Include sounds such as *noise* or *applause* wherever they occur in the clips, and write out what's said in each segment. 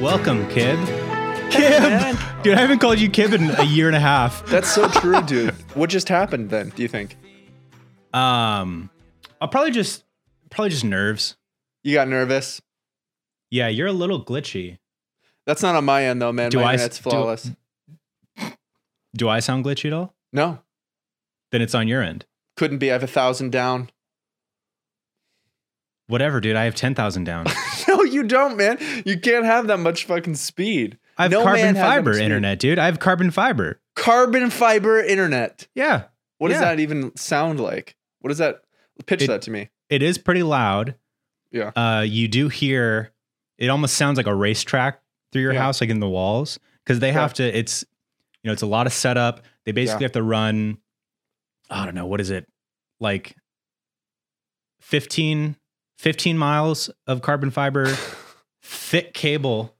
welcome, Kib. Kib, dude, I haven't called you Kib in a year and a half. That's so true, dude. what just happened then? Do you think Um, I'll probably just probably just nerves. you got nervous? Yeah, you're a little glitchy. That's not on my end though, man. Do my I s- internet's do- flawless. Do I sound glitchy at all? no, Then it's on your end. couldn't be. I have a thousand down. *laughs* Whatever, dude. I have ten thousand down. No, you don't, man. You can't have that much fucking speed. I have No man carbon has that fiber much speed. internet, dude. I have carbon fiber. Carbon fiber internet. Yeah, What does Yeah. that even sound like? What does that pitch It- that to me? it is pretty loud. Yeah. Uh, you do hear it almost sounds like a racetrack through your Yeah. house, like in the walls, because they Yeah. have to. It's you know, it's a lot of setup. They basically Yeah. have to run. I don't know what is it like 15, 15 miles of carbon *laughs* fiber thick cable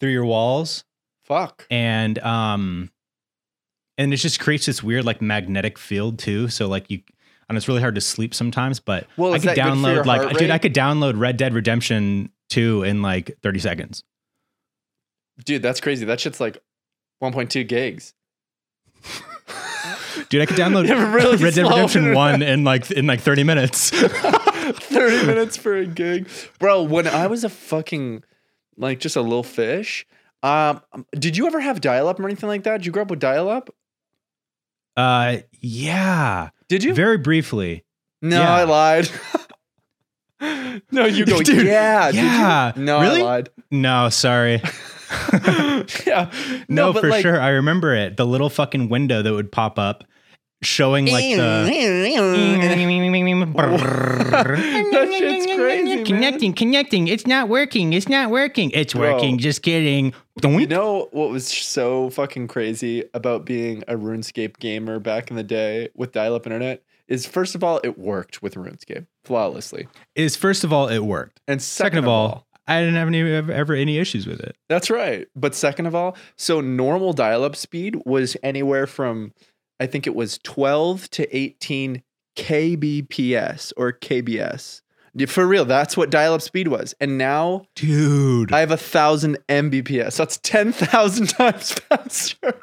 through your walls Fuck. and um and it just creates this weird like magnetic field too so like you and it's really hard to sleep sometimes but Well, i is could that good for your download like heart dude i rate? could download red dead redemption 2 in like 30 seconds Dude, that's crazy. That shit's like 1.2 gigs. dude i *laughs* could download You have a really red dead slow redemption *laughs* internet. 1 in like in like 30 minutes 30 minutes for a gig. Bro, when I was a fucking like just a little fish, um did you ever have dial up or anything like that? Did you grow up with dial up? uh yeah Did you? very briefly no, yeah. I lied. *laughs* no, you go. Dude, yeah, did you?" yeah. No, Really? I *laughs* lied. *laughs* no sorry yeah. no, but for like- sure i remember it the little fucking window that would pop up showing like the That shit's crazy, man. Connecting, connecting. It's not working. It's not working. It's Bro. working. Just kidding. *laughs* You know what was so fucking crazy about being a RuneScape gamer back in the day with dial-up internet is first of all it worked with RuneScape flawlessly, Is first of all, it worked. and Second, of all, I didn't have any ever, ever any issues with it. that's right. But second of all, so normal dial-up speed was anywhere from I think it was 12 to 18 kbps or kbs. For real, that's what dial-up speed was, and now Dude, I have a thousand mbps. That's ten thousand *laughs* times faster.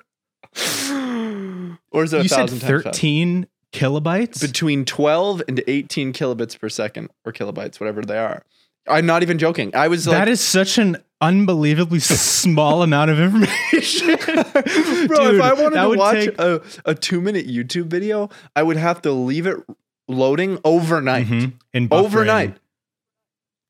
or is it you said a thousand times faster? thirteen kilobytes. Between twelve and eighteen kilobits per second, or kilobytes, whatever they are. I'm not even joking. I was like, that is such an unbelievably *laughs* small amount of *laughs* information. bro, Dude, if I wanted that to would watch take- a, a two minute YouTube video, I would have to leave it loading overnight. Mhm, and buffering. Overnight.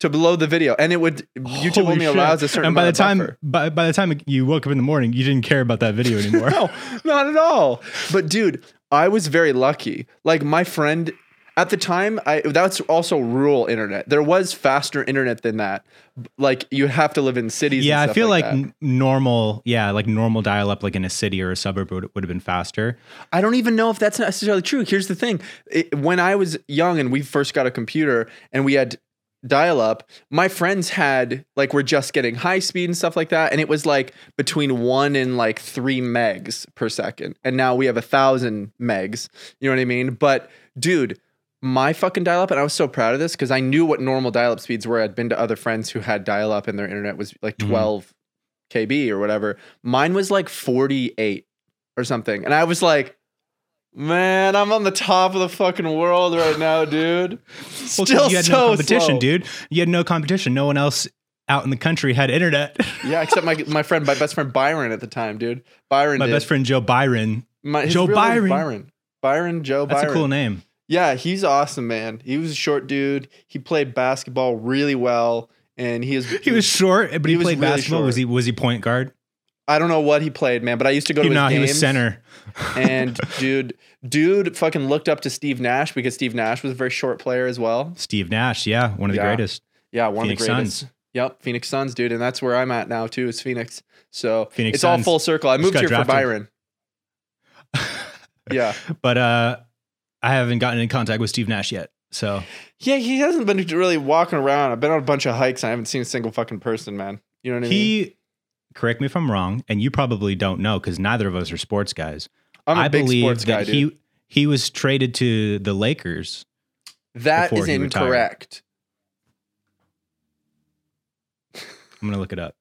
To load the video, and it would YouTube Holy only shit. allows a certain. And by the amount of buffer. time by, by the time you woke up in the morning, you didn't care about that video anymore. *laughs* No, not at all. But dude, I was very lucky. Like my friend at the time, I that's also rural internet. There was faster internet than that. Like you have to live in cities. and yeah i stuff feel like, that. n- normal yeah like normal dial up like in a city or a suburb would, would have been faster I don't even know if that's necessarily true. Here's the thing: It- when I was young and we first got a computer and we had dial up, my friends had like we're just getting high speed and stuff like that, and it was like between one and like three megs per second, and now we have a thousand megs. You know what I mean? But dude. My fucking dial up, and I was so proud of this because I knew what normal dial up speeds were. I'd been to other friends who had dial up and their internet was like Mhm. 12 KB or whatever. Mine was like 48 or something. And I was like, man, I'm on the top of the fucking world right now, dude. Well, 'cause Still you had so no competition slow. dude you had no competition no one else out in the country had internet Yeah, except my my friend, my best friend Byron at the time, dude. Byron, my did. best friend joe byron My- his Joe real name Byron. is Byron, Byron Joe that's Byron. a cool name Yeah, he's awesome, man. He was a short dude. He played basketball really well, and he is *laughs* he was short but he, He was played really basketball was short. he was he point guard I don't know what he played, man, but I used to go he, to his no he was games. center *laughs* and dude, dude fucking looked up to Steve Nash because Steve Nash was a very short player as well. steve nash yeah one of the Yeah. greatest Yeah, one phoenix of the greatest. suns Yep, Phoenix Suns, dude, and that's where I'm at now too. Is Phoenix? So Phoenix it's all Suns. full circle. I Just moved got here drafted. *laughs* for Byron. yeah, but uh i haven't gotten in contact with steve nash yet so yeah, he hasn't been really walking around. I've been on a bunch of hikes. And I haven't seen a single fucking person, man. You know what I mean? he correct me if i'm wrong and you probably don't know because neither of us are sports guys I'm a I big believe sports guy, that he dude. he was traded to the Lakers. That before is he retired. incorrect. I'm gonna look it up.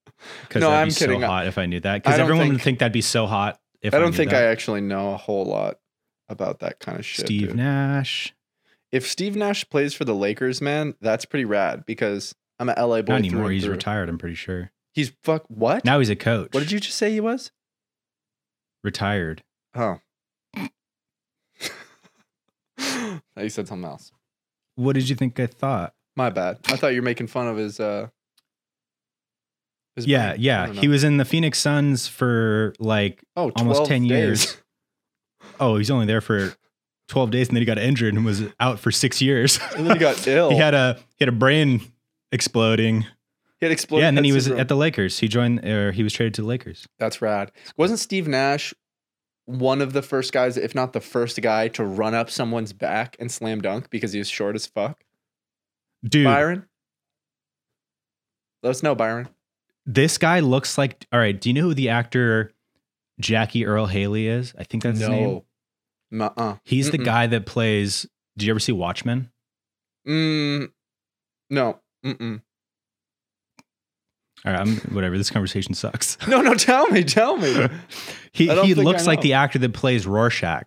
because No, that'd I'm be kidding. so hot if I knew that. I Because don't everyone would think- think that'd be so hot. If I don't knew think I that. actually know a whole lot about that kind of shit. Steve dude. Nash. If Steve Nash plays for the Lakers, man, that's pretty rad because I'm an LA boy. Not through anymore. and He's through. retired. I'm pretty sure. He's fuck what? Now he's a coach. what did you just say he was? retired? *laughs* Oh. I thought you said something else. What did you think I thought? My bad. I thought you were making fun of his uh his yeah, brain. I yeah. don't He know. was in the Phoenix Suns for like oh, almost 12 10 years. days. *laughs* oh, he's only there for 12 days and then he got injured and was out for 6 years. And then he got *laughs* ill. he had a he had a brain exploding. He had exploded. yeah, and then head he was syndrome. at the Lakers. He joined or he was traded to the Lakers. That's rad. Wasn't Steve Nash one of the first guys, if not the first guy, to run up someone's back and slam dunk because he was short as fuck? Dude, Byron? Let us know, Byron. this guy looks like All right, do you know who the actor Jackie Earl Haley is? I think that's his name. No. Uh-uh. He's the Mm-mm. guy that plays Do you ever see Watchmen? Mm, no. Mm-mm. All right, I'm whatever. This conversation sucks. *laughs* No, no, tell me, tell me. he I don't he think I looks like know. the actor that plays Rorschach.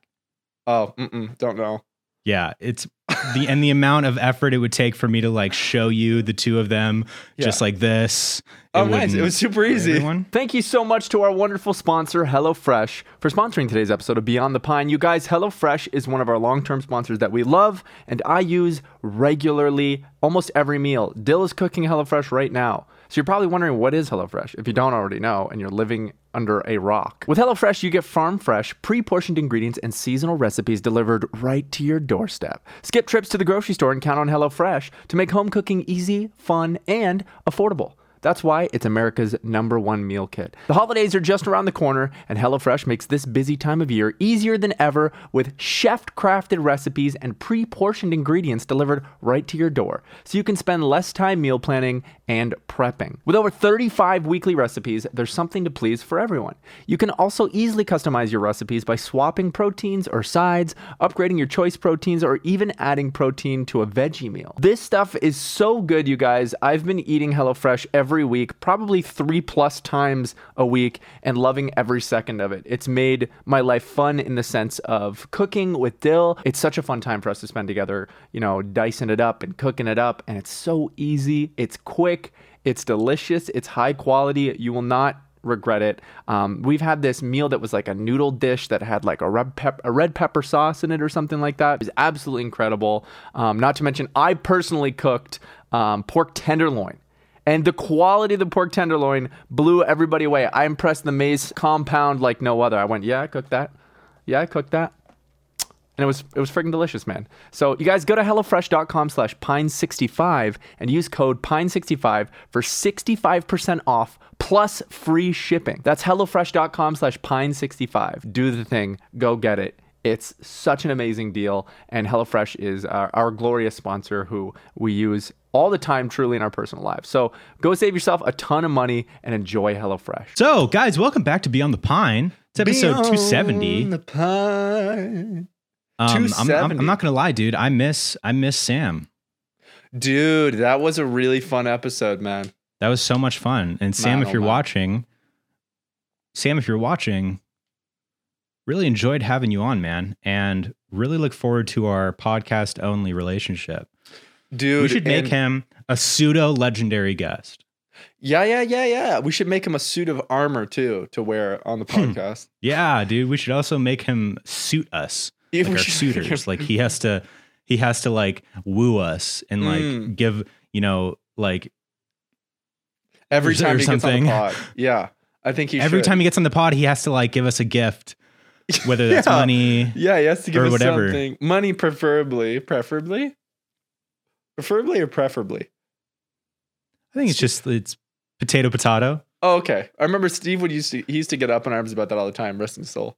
Oh, mm-mm, don't know. Yeah, it's the and the amount of effort it would take for me to like show you the two of them just like this. Oh, nice. It wouldn't- was super easy. Everyone? Thank you so much to our wonderful sponsor, HelloFresh, for sponsoring today's episode of Beyond the Pine. You guys, HelloFresh is one of our long term sponsors that we love and I use regularly almost every meal. Dill is cooking HelloFresh right now. So you're probably wondering what is HelloFresh if you don't already know and you're living under a rock. With HelloFresh, you get farm fresh, pre portioned ingredients and seasonal recipes delivered right to your doorstep. Skip trips to the grocery store and count on HelloFresh to make home cooking easy, fun, and affordable. That's why it's America's number one meal kit. The holidays are just around the corner, and HelloFresh makes this busy time of year easier than ever with chef crafted recipes and pre portioned ingredients delivered right to your door, so you can spend less time meal planning and prepping. With over 35 weekly recipes, there's something to please for everyone. You can also easily customize your recipes by swapping proteins or sides, upgrading your choice proteins, or even adding protein to a veggie meal. This stuff is so good, you guys. I've been eating HelloFresh every week, probably three plus times a week, and loving every second of it. It's made my life fun in the sense of cooking with Dill. It's such a fun time for us to spend together, you know, dicing it up and cooking it up. And it's so easy, it's quick, it's delicious, it's high quality. You will not regret it. Um, we've had this meal that was like a noodle dish that had like a red, pep- a red pepper sauce in it or something like that. It was absolutely incredible. Um, not to mention, I personally cooked um, pork tenderloin. And the quality of the pork tenderloin blew everybody away. I impressed the Maze compound like no other. I went, yeah, I cooked that. Yeah, I cooked that and it was it was freaking delicious, man. So you guys go to hellofresh.com slash pine65 and use code pine65 for 65% off plus free shipping. That's hellofresh.com slash pine65. Do the thing, go get it. It's such an amazing deal, and HelloFresh is our, our glorious sponsor who we use all the time, truly in our personal lives. So go save yourself a ton of money and enjoy HelloFresh. So, guys, welcome back to Beyond the Pine. It's episode 270. Um, I'm- I'm, I'm 270. not gonna lie, dude. I miss I miss Sam. Dude, that was a really fun episode, man. That was so much fun. And Sam, Man, if oh you're man. watching, Sam, if you're watching, really enjoyed having you on, man, and really look forward to our podcast only relationship. Dude, we should make and- him a pseudo legendary guest. Yeah, yeah, yeah, yeah. We should make him a suit of armor too to wear on the Hmm. podcast. Yeah, dude. We should also make him suit us, Yeah, like *laughs* we our should make suitors. him- Like he has to, he has to like woo us and like Mm. give you know like every or time he gets on something. the pod. Yeah, I think he every should. time he gets on the pod, he has to like give us a gift, whether *laughs* that's Yeah. money. Yeah, he has to give or us whatever. something. Money, preferably, preferably, preferably, or preferably. I think it's just it's potato potato. Oh, okay. I remember Steve would used to he used to get up in arms about that all the time. Rest *laughs* in soul.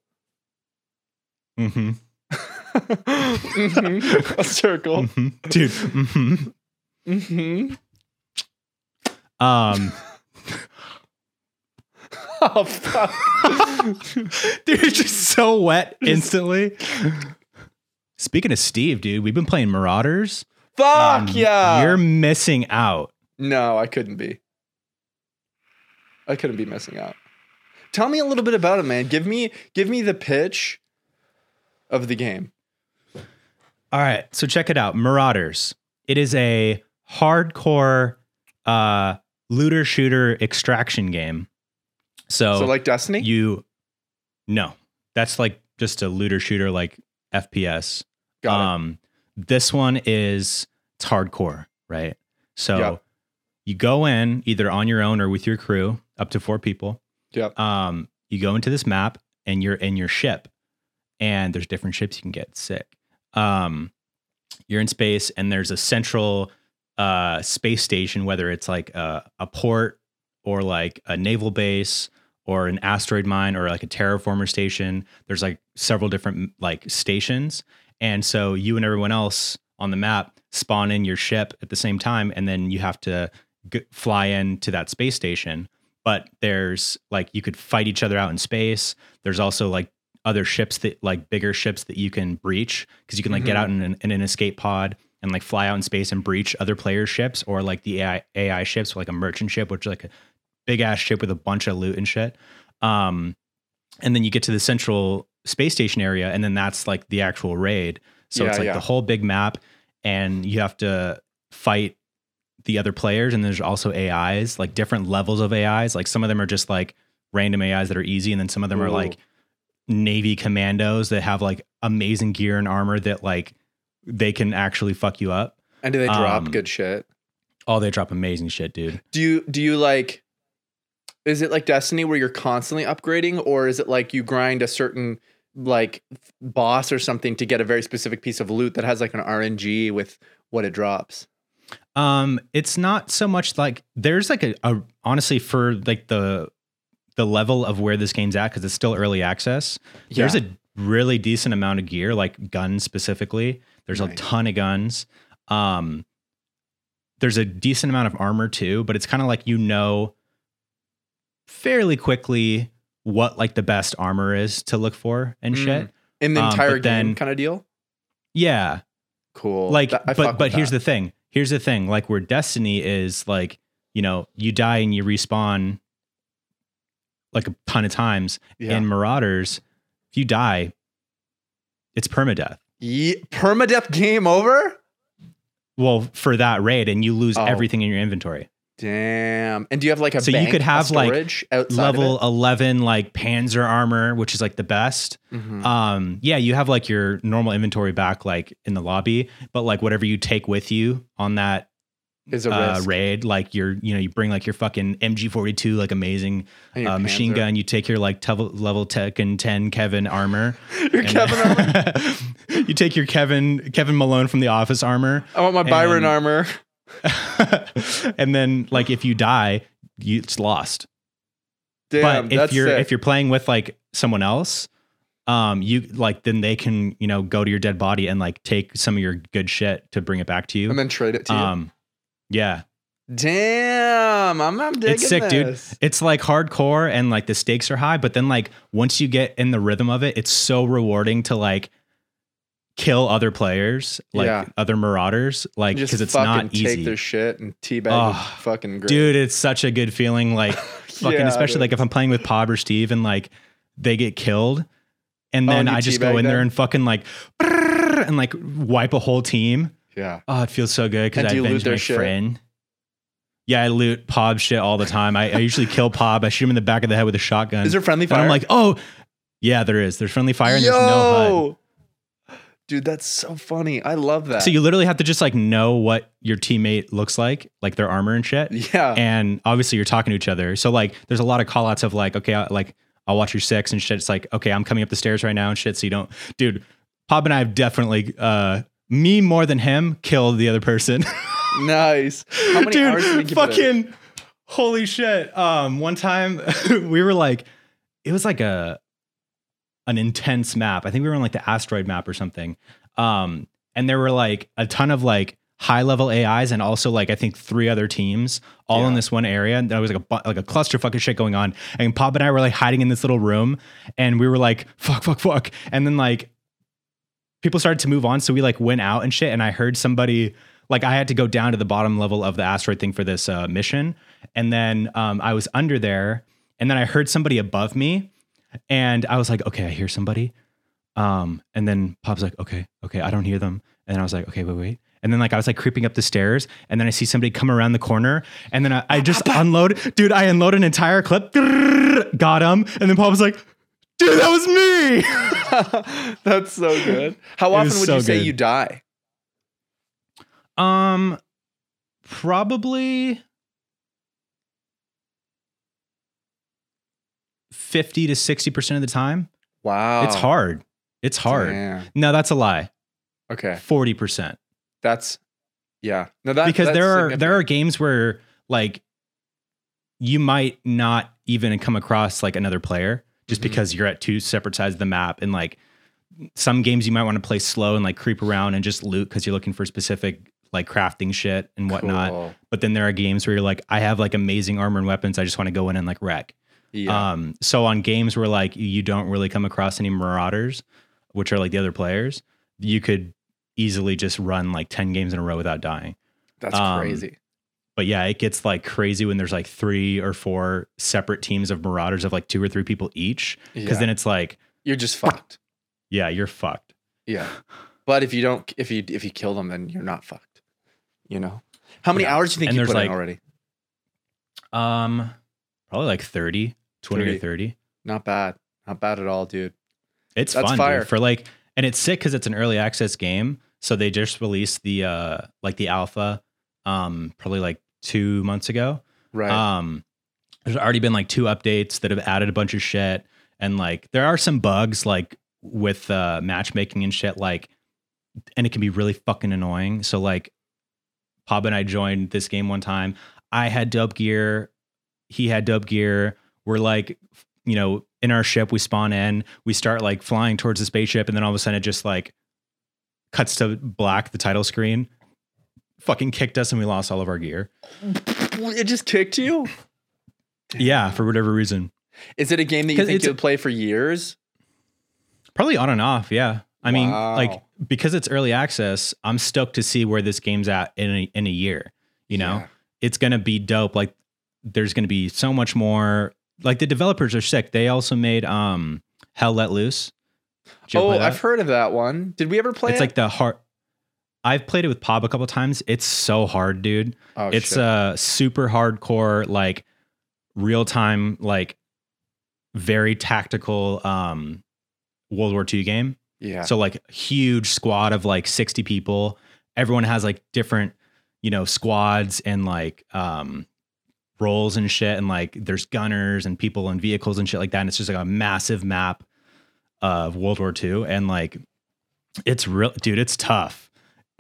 *laughs* hmm Mhm. A Oh. circle. Mm-hmm. Dude. hmm hmm Um, *laughs* *laughs* Oh fuck. *laughs* dude, it's just so wet instantly. Speaking of Steve, dude, we've been playing Marauders. Um, fuck and yeah. You're missing out. No, I couldn't be. I couldn't be missing out. Tell me a little bit about it, man. Give me give me the pitch of the game. All right, so check it out. Marauders. It is a hardcore uh, looter shooter extraction game. So, so like Destiny? Oh, you, no, that's like just a looter shooter like FPS. Got it. um, this one is it's hardcore, right? So Yeah. you go in either on your own or with your crew, up to four people. Yep. Um, you go into this map and you're in your ship, and there's different ships you can get. Sick. Um, you're in space, and there's a central uh, space station, whether it's like a, a port or like a naval base or an asteroid mine or like a terraformer station. There's like several different like stations. And so you and everyone else on the map spawn in your ship at the same time, and then you have to g- fly in to that space station. But there's like you could fight each other out in space. There's also like other ships that like bigger ships that you can breach because you can like get Mhm. out in an, in an escape pod and like fly out in space and breach other players' ships or like the AI, AI ships, like a merchant ship, which is like a big ass ship with a bunch of loot and shit. Um, and then you get to the central space station area, and then that's like the actual raid. So Yeah, it's like yeah. the whole big map, and you have to fight the other players. And there's also AIs, like different levels of AIs. Like some of them are just like random AIs that are easy, and then some of them are Ooh. like Navy commandos that have like amazing gear and armor that like they can actually fuck you up. And do they drop um, good shit? Oh, they drop amazing shit, dude. Do you do you like is it like Destiny where you're constantly upgrading or is it like you grind a certain like boss or something to get a very specific piece of loot that has like an RNG with what it drops? Um, it's not so much like there's like a, a honestly for like the the level of where this game's at because it's still early access. There's a really decent amount of gear, like guns specifically. There's a Nice. ton of guns. Um, there's a decent amount of armor too, but it's kind of like you know fairly quickly what like the best armor is to look for and Mm. shit. in the um, entire but game then- kind of deal. Yeah, Cool. like That- I fuck but but with here's that. the thing here's the thing like where destiny is like you know you die and you respawn like a ton of times yeah. in marauders if you die it's permadeath Ye- permadeath game over. well for that raid and you lose Oh. everything in your inventory Damn. And do you have like a So you bank, could a have, like, storage outside of level it? 11 like panzer armor which is like the best Mhm. um yeah you have like your normal inventory back like in the lobby but like whatever you take with you on that is a uh, risk. raid. Like your, you know, you bring like your fucking MG42, like amazing And your uh, machine Panzer. *laughs* gun. You take your like tev- level Tekken 10 Kevin armor. *laughs* Your and- Kevin armor. *laughs* you take your Kevin Kevin Malone from The Office armor, *laughs* I want my Byron and- armor. and then like if you die, you, it's lost. Damn, but if that's you're sick. if you're playing with like someone else. Um, you like then they can you know go to your dead body and like take some of your good shit to bring it back to you. and then trade it to you. um, yeah, Damn, I'm, I'm digging sick, dude. this. it's like hardcore and like the stakes are high but then like once you get in the rhythm of it it's so rewarding to like kill other players like Yeah. other marauders like Just because it's fucking not Take their easy shit and teabag Oh, them fucking great. dude it's such a good feeling *laughs* like fucking Yeah, especially dude. like if i'm playing with Pob or steve and like they get killed and Oh, then and you i just go teabag in there them? and fucking like brrrr, and like wipe a whole team Yeah. oh it feels so good because And i do you loot avenged their my shit? friend yeah, I loot Pob shit all the time. I, I usually kill Pob. I shoot him in the back of the head with a shotgun. Is there friendly And fire? I'm like, oh, yeah, there is. There's friendly fire and Yo! there's no Dude, that's so funny. I love that. HUD. So you literally have to just like know what your teammate looks like, like their armor and shit. yeah. *laughs* And obviously you're talking to each other. So like there's a lot of call outs of like, okay, I, like I'll watch your six and shit. It's like, okay, I'm coming up the stairs right now and shit. So you don't, dude, Pop and I have definitely, uh, me more than him killed the other person. nice. How *laughs* many dude, hours did we give it? in? fucking holy shit. Um, one time *laughs* we were like, it was like a an intense map. I think we were on like the asteroid map or something. Um, and there were like a ton of like high level AIs and also like I think three other teams all in Yeah. this one area. And there was like a bu- like a cluster fucking shit going on. And Pop and I were like hiding in this little room, and we were like fuck, fuck, fuck. And then like people started to move on, so we like went out and shit. And I heard somebody Like I had to go down to the bottom level of the asteroid thing for this uh, mission, and then um, I was under there, and then I heard somebody above me, and I was like, okay, I hear somebody. Um, and then Pop's like, okay, okay, I don't hear them. And then I was like, okay, wait, wait. And then like I was like creeping up the stairs, and then I see somebody come around the corner, and then I, I *laughs* just unload, dude. I unload an entire clip, *laughs* got him, and then Pop was like, dude, that was me. *laughs* *laughs* That's so good. How It often was would so you say good. you die? Um, probably fifty to sixty percent of the time. Wow. It's hard. It's hard. Oh. Damn. No, that's a lie. Okay. Forty percent. That's yeah. No, that Because that's there are there are significant. games where like you might not even come across like another player just Mhm. because you're at two separate sides of the map and like some games you might want to play slow and like creep around and just loot because you're looking for specific like crafting shit and whatnot. Cool. but then there are games where you're like i have like amazing armor and weapons i just want to go in and like wreck Yeah. um so on games where like you don't really come across any marauders which are like the other players you could easily just run like 10 games in a row without dying that's um, crazy. but yeah it gets like crazy when there's like three or four separate teams of marauders of like two or three people each because Yeah. then it's like You're just fucked. yeah you're fucked Yeah. But if you don't, if you if you kill them, then you're not fucked. You know. How many Yeah. hours do you think And you there's put like- in already? um probably like 30 20 or 30 Not bad. Not bad at all, dude. It's That's fun fire. Dude, for like, and it's sick because it's an early access game. So they just released the uh like the alpha, um probably like two months ago. Right. Um, there's already been like two updates that have added a bunch of shit, and like there are some bugs like with uh matchmaking and shit like, and it can be really fucking annoying. So like, Pab and I joined this game one time. I had dub gear, he had dub gear. We're like you know, in our ship, we spawn in, we start like flying towards the spaceship, and then all of a sudden it just like cuts to black the title screen, fucking kicked us, and we lost all of our gear. it just kicked you. Yeah, for whatever reason. Is it a game that *laughs* you 'Cause think it's- you'll play for years? Probably on and off. Yeah. I mean, Wow. like because it's early access, I'm stoked to see where this game's at in a, in a year. You know, Yeah. it's gonna be dope. Like there's gonna be so much more. Like the developers are sick. They also made um Hell Let Loose. Did you Oh, play that? I've heard of that one. Did we ever play it's it? like the hard i've played it with pop a couple times it's so hard dude oh, it's uh, shit. a super hardcore like real time like very tactical um world war ii game yeah. so like huge squad of like 60 people everyone has like different you know squads and like um roles and shit and like there's gunners and people and vehicles and shit like that and it's just like a massive map of World War II and like it's real dude it's tough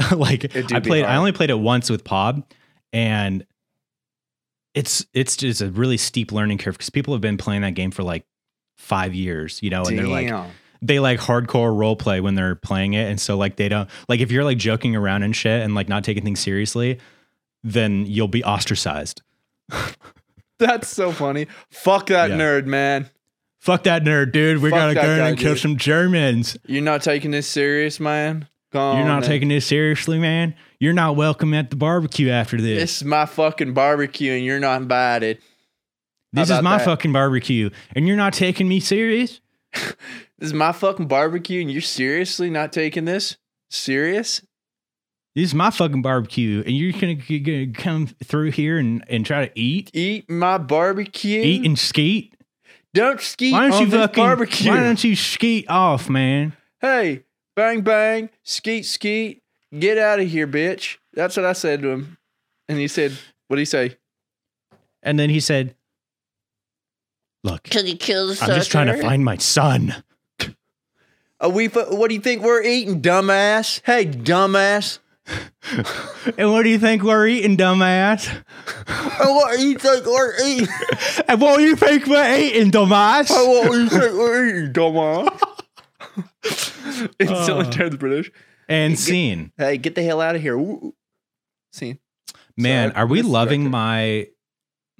*laughs* like It do I be played I hard. only played it once with Pob and it's it's just a really steep learning curve because people have been playing that game for like five years you know and they're like Damn. they like hardcore role play when they're playing it and so like they don't like if you're like joking around and shit and like not taking things seriously then you'll be ostracized That's so funny. Fuck that Yeah. nerd, man. fuck that nerd dude we Fuck gotta that go in guy, and kill dude. some germans You're not taking this serious, man. Go you're on, not Oh, man. taking this seriously man you're not welcome at the barbecue after this This is my fucking barbecue, and you're not invited. How this is about my that? fucking barbecue and you're not taking me serious This is my fucking barbecue, and you're seriously not taking this serious? this is my fucking barbecue and you're gonna, you're gonna come through here and, and try to eat Eat my barbecue. eat and skeet don't skeet why don't on you this fucking barbecue. why don't you skeet off man hey, bang bang, skeet skeet, get out of here, bitch. That's what I said to him, and he said, "What do you say?" And then he said, Look, Can you kill the I'm just trying to find my son. Are we? fu- What do you think we're eating, dumbass? Hey, dumbass. And what do you think we're eating, dumbass? Oh, what do you think we're eating? And what do you think we're eating, Oh, dumbass? what do you think we're eating, dumbass? Instantly Uh. turns British. And scene. Hey, get the hell out of here. Ooh. See, Man, Sorry, are we this is loving director. my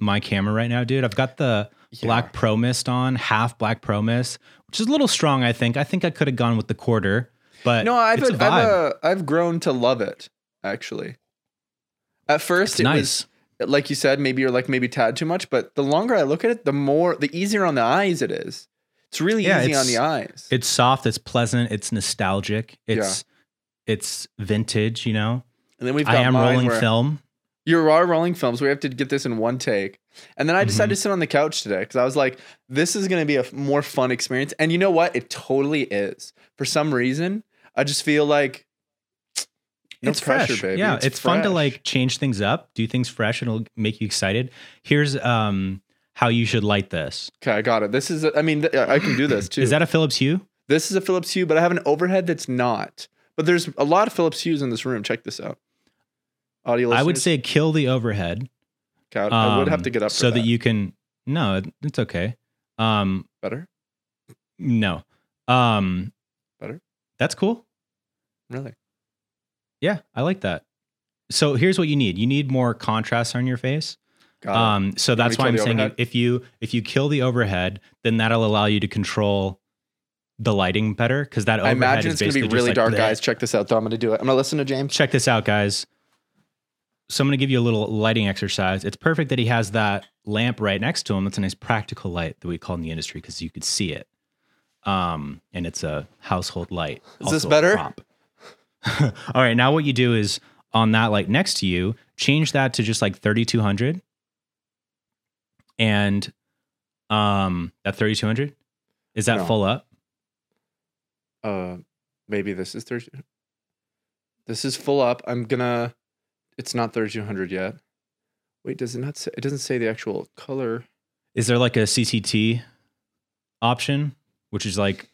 my camera right now, dude? I've got the black pro mist on, half black pro mist, which is a little strong, I think. I think I could have gone with the quarter, but No, I've it's a I've, vibe. uh, I've grown to love it actually. At first, It's it nice. was like you said, maybe you're like maybe tad too much, but the longer I look at it, the more the easier on the eyes it is. It's really Yeah, easy on it's- the eyes. It's soft. It's pleasant. It's nostalgic. It's it's vintage. You know, and then we've got I am mine rolling where- film. You are rolling films. We have to get this in one take. Mm-hmm. And then I decided to sit on the couch today because I was like, this is going to be a f- more fun experience. And you know what? It totally is. For some reason, I just feel like no it's pressure, fresh. baby. Yeah, it's, fun to fresh. like change things up, do things fresh, and it'll make you excited. Here's um how you should light this. Okay, I got it. This is. A, I mean, th- I can do this too. *clears throat* Is that a Philips Hue? this is a Philips Hue, but I have an overhead that's not. But there's a lot of Philips Hues in this room. Check this out. Audio. Listeners, I would say kill the overhead. Okay, I would have um, to get up so for that. that you can. No, it- it's okay. Um, better. no. Um, Better? That's cool. Really? Yeah, I like that. So here's what you need. You need more contrast on your face. Got it. Um, so that's we why I'm kill the saying overhead? if you if you kill the overhead, then that'll allow you to control the lighting better because that I overhead imagine is it's going to be basically just really like dark, bleh. guys. Check this out, though. I'm going to do it. I'm going to listen to James. Check this out, guys. So I'm going to give you a little lighting exercise. It's perfect that he has that lamp right next to him. That's a nice practical light that we call in the industry because you could see it. Um, and it's a household light. Is this also a better? prop. *laughs* All right. Now what you do is on that light next to you, change that to just like 3200 and um that 3200 is that No. full up uh maybe this is 30 this is full up i'm gonna it's not 3200 yet wait does it not say it doesn't say the actual color is there like a cct option which is like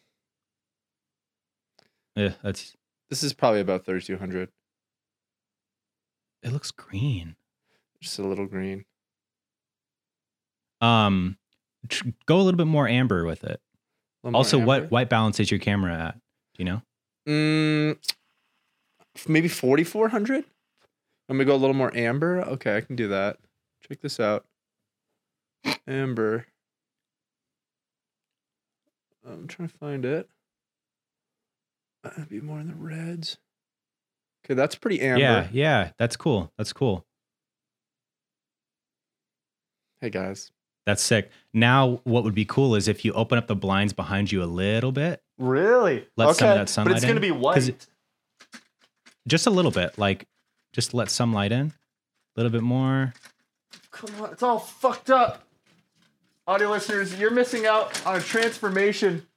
yeah that's this is probably about 3200 it looks green just a little green um tr- go a little bit more amber with it A little more also what amber. white balance is your camera at do you know mm, f- maybe 4400 i'm gonna go a little more amber okay i can do that check this out amber i'm trying to find it i'd be more in the reds okay that's pretty amber yeah yeah that's cool that's cool hey guys that's sick now what would be cool is if you open up the blinds behind you a little bit really Let some of that sunlight in. white 'Cause it- just a little bit like just let some light in a little bit more come on it's all fucked up audio listeners you're missing out on a transformation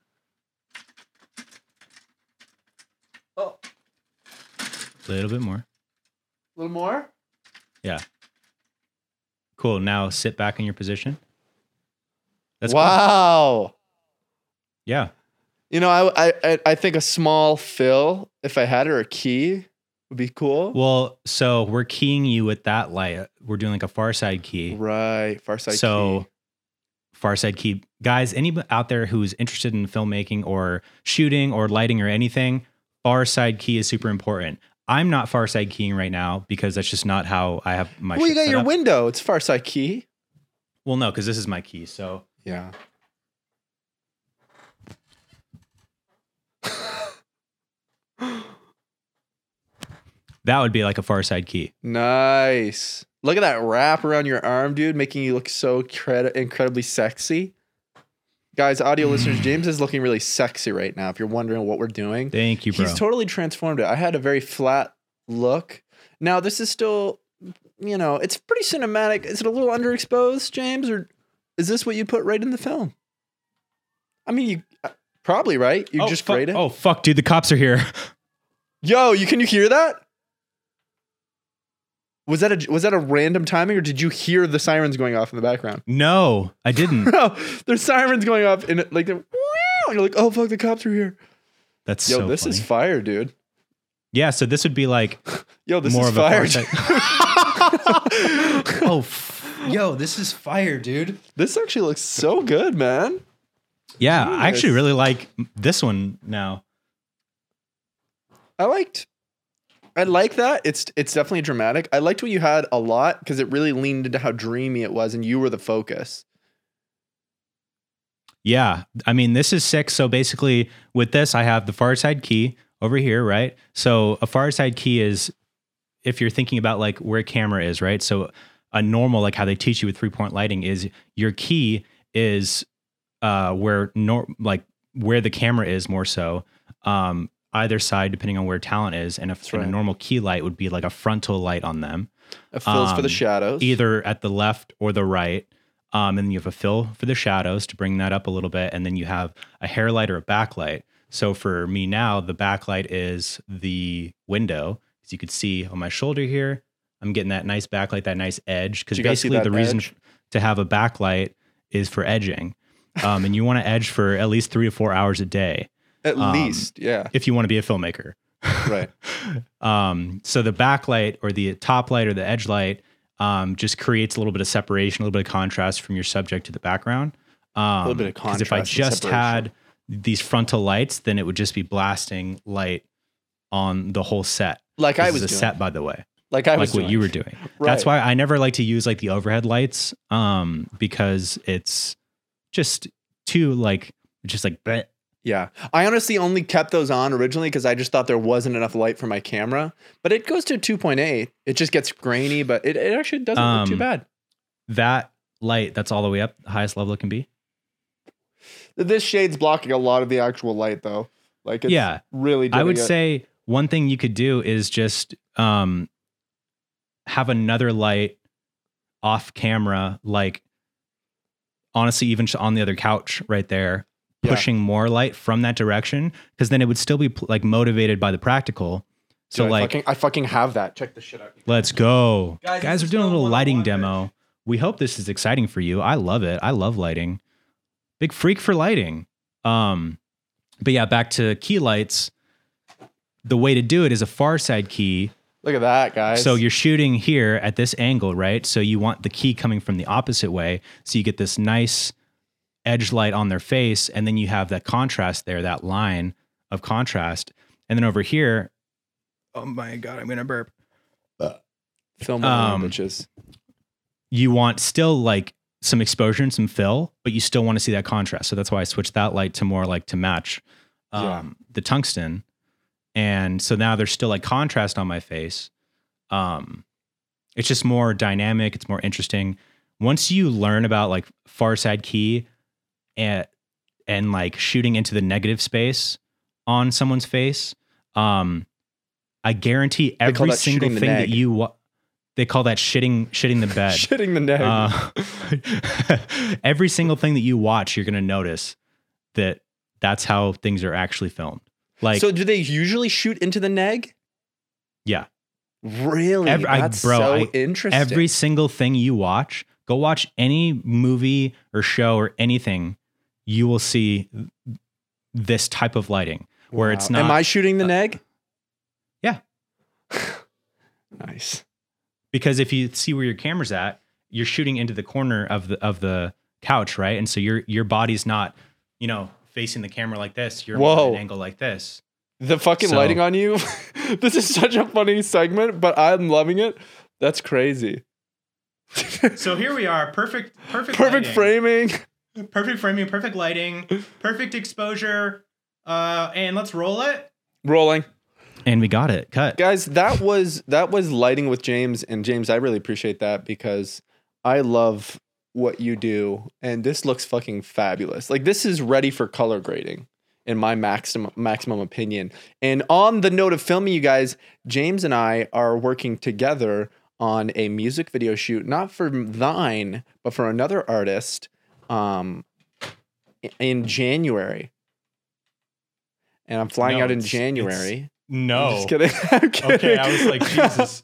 oh a little bit more a little more yeah cool now sit back in your position that's cool. wow. yeah You know, I, I- I I think a small fill, if I had it or a key, would be cool. well so we're keying you with that light we're doing like a far side key right, far side. so far side key guys anybody out there who's interested in filmmaking or shooting or lighting or anything far side key is super important i'm not far side keying right now because that's just not how i have my key. well, you shit got set your up. window. It's far side key. well no because this is my key so Yeah. that would be like a far side key Nice. Look at that wrap around your arm, dude, making you look so cred- incredibly sexy. Guys, audio Mm. listeners, James is looking really sexy right now. If you're wondering what we're doing, thank you bro He's totally transformed it. I had a very flat look. Now this is still, you know, it's pretty cinematic. Is it a little underexposed, James, or is this what you put right in the film? I mean, you uh, probably right. You Oh, just fuck- grade it. oh fuck dude the cops are here *laughs* Yo, you can you hear that? Was that a was that a random timing, or did you hear the sirens going off in the background? *laughs* no i didn't Bro, there's sirens going off, and it- like they're, and you're like, oh fuck, the cops are here. that's *laughs* Yo, so this funny. is fire, dude. yeah so this would be like Yo, *laughs* this more is of a far fire. side dude. *laughs* oh f- yo this is fire dude This actually looks so good, man. yeah i actually Genius. really like this one now I liked. I like that. It's it's definitely dramatic. I liked what you had a lot because it really leaned into how dreamy it was, and you were the focus. Yeah. I mean, this is six. So basically, with this, I have the far side key over here, right? So a far side key is if you're thinking about like where a camera is, right? So a normal like how they teach you with three point lighting is your key is uh where nor like where the camera is more so um either side depending on where talent is and if and a right. normal key light would be like a frontal light on them It fills for Um, the shadows. either at the left or the right. Um, and you have a fill for the shadows to bring that up a little bit. And then you have a hair light or a backlight. So for me now, the backlight is the window. As you could see on my shoulder here, I'm getting that nice backlight, that nice edge. Because You guys see basically, that the reason edge? to have a backlight is for edging. Um, and you want to edge for at least three to four hours a day at um, least, yeah, if you want to be a filmmaker. right. Um, so the backlight or the top light or the edge light um, just creates a little bit of separation, a little bit of contrast from your subject to the background. Um, a little bit of If I contrast and just separation. had these frontal lights, then it would just be blasting light on the whole set. Like I This was is a doing. set, by the way, like I like was what doing. you were *laughs* doing. Right. That's why I never like to use like the overhead lights um, because it's just too like just like bleh. Yeah. I honestly only kept those on originally because I just thought there wasn't enough light for my camera. But it goes to 2.8. It just gets grainy, but it, it actually doesn't look too Um, bad. that light. That's all the way up, the highest level it can be. This shade's blocking a lot of the actual light though. Like it's Yeah. really doing I would it. say one thing you could do is just um, have another light off camera, like honestly, even just on the other couch right there, Yeah. pushing more light from that direction because then it would still be pl- like motivated by the practical. So Dude, I like, fucking, I fucking have that. Check this shit out. let's go, Guys, guys. this we're is doing a film little lighting 101, demo. We hope this is exciting for you. I love it. I love lighting. Big freak for lighting. Um, but yeah, back to key lights. The way to do it is a far side key. Look at that, guys. So you're shooting here at this angle, right? So you want the key coming from the opposite way. So you get this nice edge light on their face. And then you have that contrast there, that line of contrast. And then over here, oh my God, I'm going to burp. film um, um, bitches. You want still like some exposure and some fill, but you still want to see that contrast. So that's why I switched that light to more like to match um, Yeah. the tungsten. And so now there's still like contrast on my face. um it's just more dynamic it's more interesting once you learn about like far side key and and like shooting into the negative space on someone's face um i guarantee call every that single shitting the thing that nag. you wa- they call that shitting shitting the bed Shitting the neck. *laughs* uh, *laughs* every single thing that you watch you're going to notice that that's how things are actually filmed like so do they usually shoot into the neg? Yeah. Really? Every- I- That's bro, so I- interesting. every single thing you watch go watch any movie or show or anything you will see this type of lighting where it's Am not- I shooting the uh, neg? yeah. *sighs* nice. *laughs* because if you see where your camera's at you're shooting into the corner of the of the couch right and so your your body's not you know facing the camera like this you're at Whoa. an angle like this The fucking So- lighting on you. *laughs* this is such a funny segment, but I'm loving it. That's crazy. *laughs* Perfect so here we are perfect perfect lighting. framing. perfect framing perfect *laughs* lighting perfect exposure uh and let's roll it Rolling. and we got it cut Guys, that was that was lighting with James and James, I really appreciate that because I love what you do and this looks fucking fabulous. Like this is ready for color grading in my maximum maximum opinion. And on the note of filming you guys, James and I are working together on a music video shoot, not for thine, but for another artist um i- in January. And I'm flying No, out in it's- it's- January. no I'm just kidding. *laughs* I'm kidding. Oh. *laughs* Okay, I was *laughs* like, Jesus.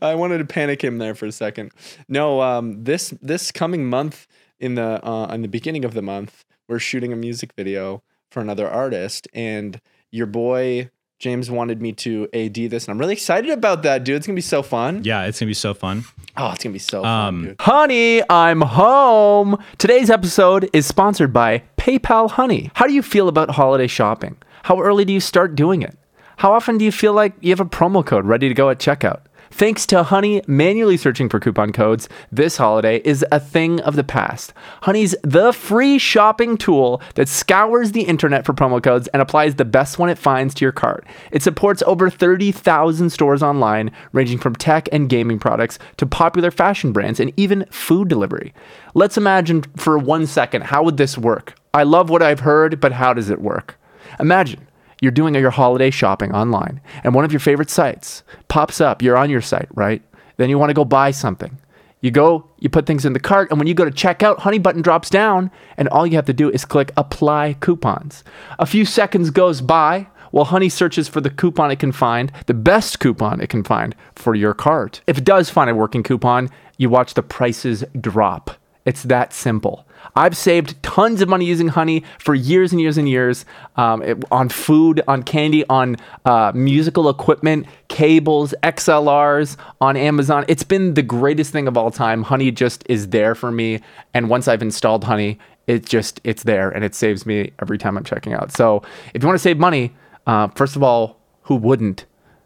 I wanted to panic him there for a second. No, um, this this coming month in the uh, in the beginning of the month, we're shooting a music video for another artist, and your boy James wanted me to ad this, and I'm really excited about that, dude. It's gonna be so fun. Yeah, it's gonna be so fun. Oh, it's gonna be Um, so fun, dude. Honey, I'm home. Today's episode is sponsored by PayPal Honey. How do you feel about holiday shopping? How early do you start doing it? How often do you feel like you have a promo code ready to go at checkout? Thanks to Honey, manually searching for coupon codes this holiday is a thing of the past. Honey's the free shopping tool that scours the internet for promo codes and applies the best one it finds to your cart. It supports over 30,000 stores online, ranging from tech and gaming products to popular fashion brands and even food delivery. Let's imagine for one second how would this work? I love what I've heard, but how does it work? Imagine you're doing your holiday shopping online and one of your favorite sites pops up. You're on your site, right? Then you want to go buy something. You go, you put things in the cart, and when you go to checkout, Honey button drops down, and all you have to do is click apply coupons. A few seconds goes by while Honey searches for the coupon it can find, the best coupon it can find for your cart. If it does find a working coupon, you watch the prices drop. It's that simple. I've saved tons of money using honey for years and years and years um, it- on food, on candy, on uh, musical equipment, cables, XLRs, on Amazon. It's been the greatest thing of all time. Honey just is there for me. And once I've installed honey, it just, it's there and it saves me every time I'm checking out. So if you want to save money, uh, first of all, who wouldn't?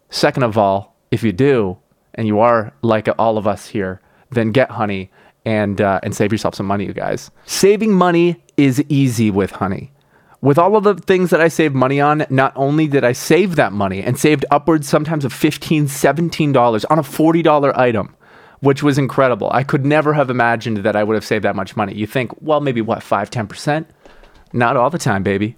Second of all, if you do, and you are like all of us here, then get honey and uh, and save yourself some money, you guys. Saving money is easy with honey. With all of the things that I saved money on, not only did I save that money and saved upwards sometimes of $15, $17 on a $40 item, which was incredible. I could never have imagined that I would have saved that much money. You think, well, maybe what, 5, 10%? Not all the time, baby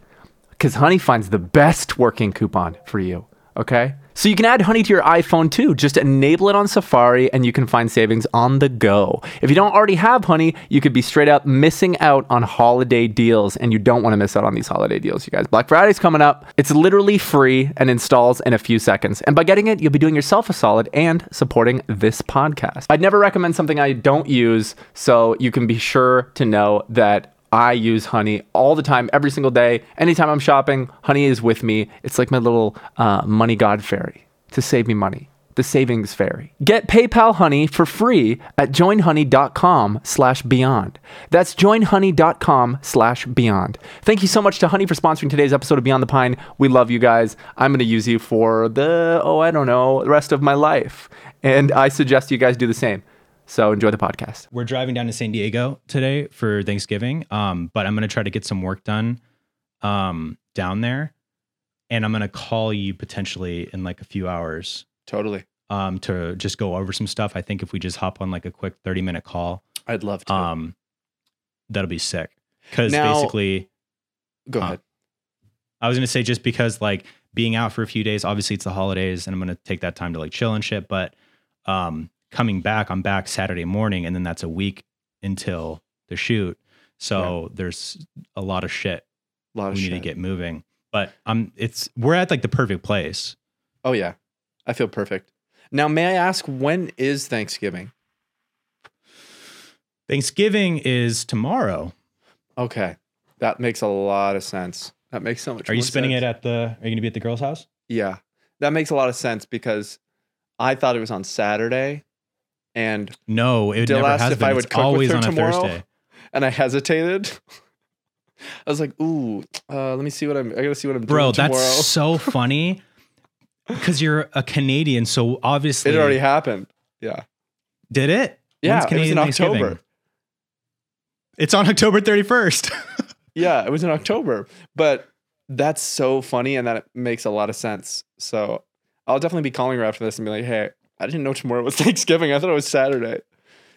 because Honey finds the best working coupon for you. Okay? So you can add Honey to your iPhone too. Just enable it on Safari and you can find savings on the go. If you don't already have Honey, you could be straight up missing out on holiday deals and you don't want to miss out on these holiday deals, you guys. Black Friday's coming up. It's literally free and installs in a few seconds. And by getting it, you'll be doing yourself a solid and supporting this podcast. I'd never recommend something I don't use, so you can be sure to know that I use honey all the time, every single day. Anytime I'm shopping, honey is with me. It's like my little uh, money god fairy to save me money. The savings fairy. Get PayPal Honey for free at joinhoney.com slash beyond. That's joinhoney.com slash beyond. Thank you so much to Honey for sponsoring today's episode of Beyond the Pine. We love you guys. I'm going to use you for the, oh, I don't know, the rest of my life. And I suggest you guys do the same. So enjoy the podcast. We're driving down to San Diego today for Thanksgiving. Um, but I'm gonna try to get some work done um down there. And I'm gonna call you potentially in like a few hours Totally. um to just go over some stuff. I think if we just hop on like a quick 30 minute call, I'd love um that'll be sick. Cause Now- basically Go ahead. I was gonna say just because like being out for a few days, obviously it's the holidays, and I'm gonna take that time to like chill and shit. But um, coming back, I'm back Saturday morning, and then that's a week until the shoot. So there's a lot of shit A lot we need to get moving. But um, it's we're at like the perfect place. Oh yeah, I feel perfect. Now, may I ask when is Thanksgiving? Thanksgiving is tomorrow. Okay, that makes a lot of sense. That makes so much. Are you spending it at the? Are you gonna be at the girl's house? Yeah, that makes a lot of sense because I thought it was on Saturday, and No, it Dill never asked has if been. I would it's cook always with her on a tomorrow. Thursday. and I hesitated. *laughs* I was like, "Ooh, uh, let me see what I'm. I gotta see what I'm Bro, doing tomorrow." that's *laughs* so funny. Because you're a Canadian, so obviously it already happened. Yeah, Did it? yeah, When's it was in Canadian Thanksgiving? October. It's on October *laughs* 31st. Yeah, it was in October. But that's so funny and that makes a lot of sense. So I'll definitely be calling her after this and be like, hey, I didn't know tomorrow was *laughs* Thanksgiving. I thought it was Saturday.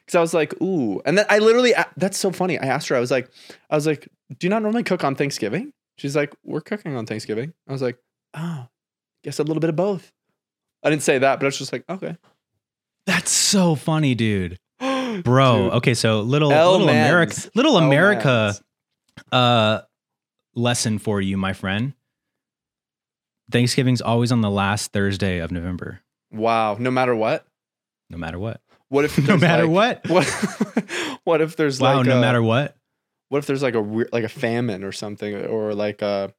Cause I was like, ooh. And then I literally, that's so funny. I asked her, I was like, I was like, do you not normally cook on Thanksgiving? She's like, we're cooking on Thanksgiving. I was like, oh, guess a little bit of both. I didn't say that, but I was just like, okay. That's so funny, dude. *gasps* Bro, Dude. okay, so little L little mans. America little Oh, man. America uh lesson for you, my friend. Thanksgiving's always on the last Thursday of November, Wow. No matter what. no matter what. What *laughs* if no there's, matter like- what. What, *laughs* what if there's Wow, like uh, no a- matter what. what if there's like a weir- like a famine or something or like a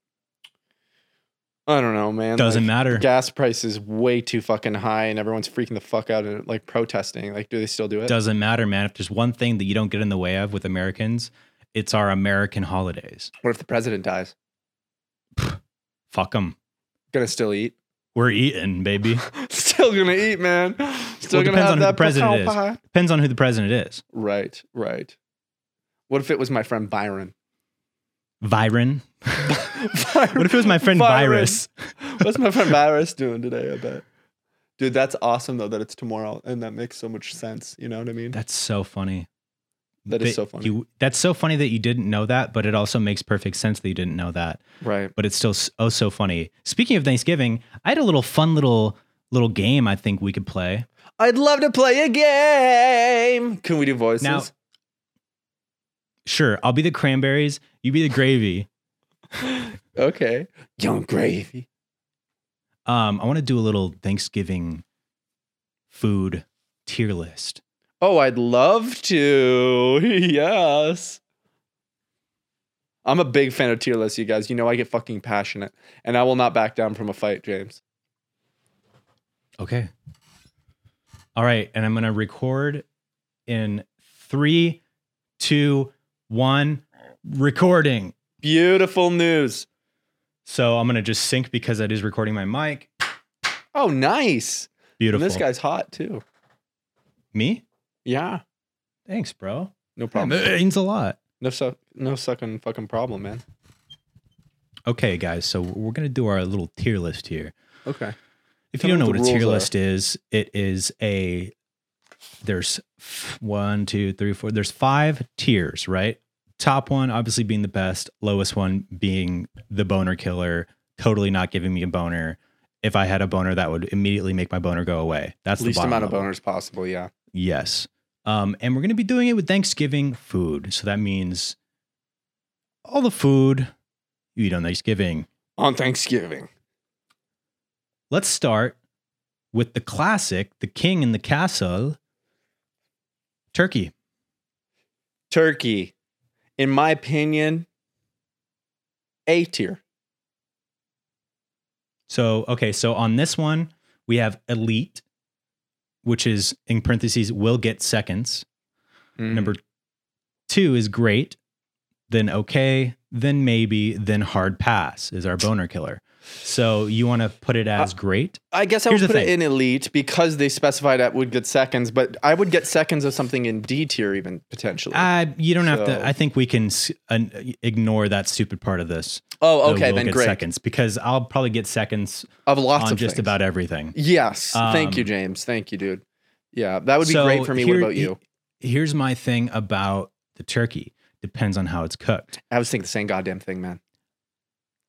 I don't know, man. Doesn't like, matter. Gas price is way too fucking high, and everyone's freaking the fuck out and like protesting. Like, do they still do it? Doesn't matter, man. If there's one thing that you don't get in the way of with Americans, it's our American holidays. what if the president dies? Fuck them. Gonna still eat? *laughs* We're eating, baby. still gonna eat, man. Still depends gonna have on who that the president is. papa. Depends on who the president is. Right, right. What if it was my friend Byron? Viren. Byron. What if it was my friend *laughs* Byron. Virus? What's my friend Virus doing today? I bet. Dude, that's awesome though that it's tomorrow, and that makes so much sense. You know what I mean? That's so funny. That is so funny. You, that's so funny that you didn't know that, but it also makes perfect sense that you didn't know that. Right. But it's still s- oh so funny. Speaking of Thanksgiving, I had a little fun little little game I think we could play. I'd love to play a game. Can we do voices? Now- Sure, I'll be the cranberries, you be the gravy. okay. Young gravy. Um, I want to do a little Thanksgiving food tier list. Oh, I'd love to. *laughs* yes. I'm a big fan of tier lists, you guys. You know I get fucking passionate, and I will not back down from a fight, James. Okay. All right, and I'm gonna record in three, two, one, recording. Beautiful news. So I'm gonna just sync because that is recording my mic. Oh, nice. And Beautiful. this guy's hot too. Me? Yeah. Thanks, bro. No That problem. means a lot. No suck. No sucking fucking problem, man. Okay, guys. So we're gonna do our little tier list here. Okay. If Tell you don't me know what what a the tier rules are. list is, it is a there's f- one, two, three, four. There's five tiers, right? Top one obviously being the best, lowest one being the boner killer, totally not giving me a boner. If I had a boner, that would immediately make my boner go away. That's Least the bottom amount of level. boners possible. Yeah. Yes. Um, and we're going to be doing it with Thanksgiving food. So that means all the food you eat on Thanksgiving. On Thanksgiving. Let's start with the classic, the king in the castle, turkey. Turkey, in my opinion, A tier. So, okay. So on this one, we have elite, which is in parentheses, will get seconds. Hmm. Number two is great, then okay, then maybe, then hard pass is our boner killer. So you want to put it Uh, as great? I guess I Here's would the put it thing. in elite because they specified that would get seconds, but I would get seconds of something in D tier even potentially. Uh, you don't have So- to. I think we can s- an, ignore that stupid part of this. oh, the okay, we'll then get great. Seconds, because I'll probably get seconds Of lots on of just things. about everything. Yes, thank you, Um, James. Thank you, dude. Yeah, that would be So great for me. here- what about you? Here's my thing about the turkey. Depends on how it's cooked. I was thinking the same goddamn thing, man.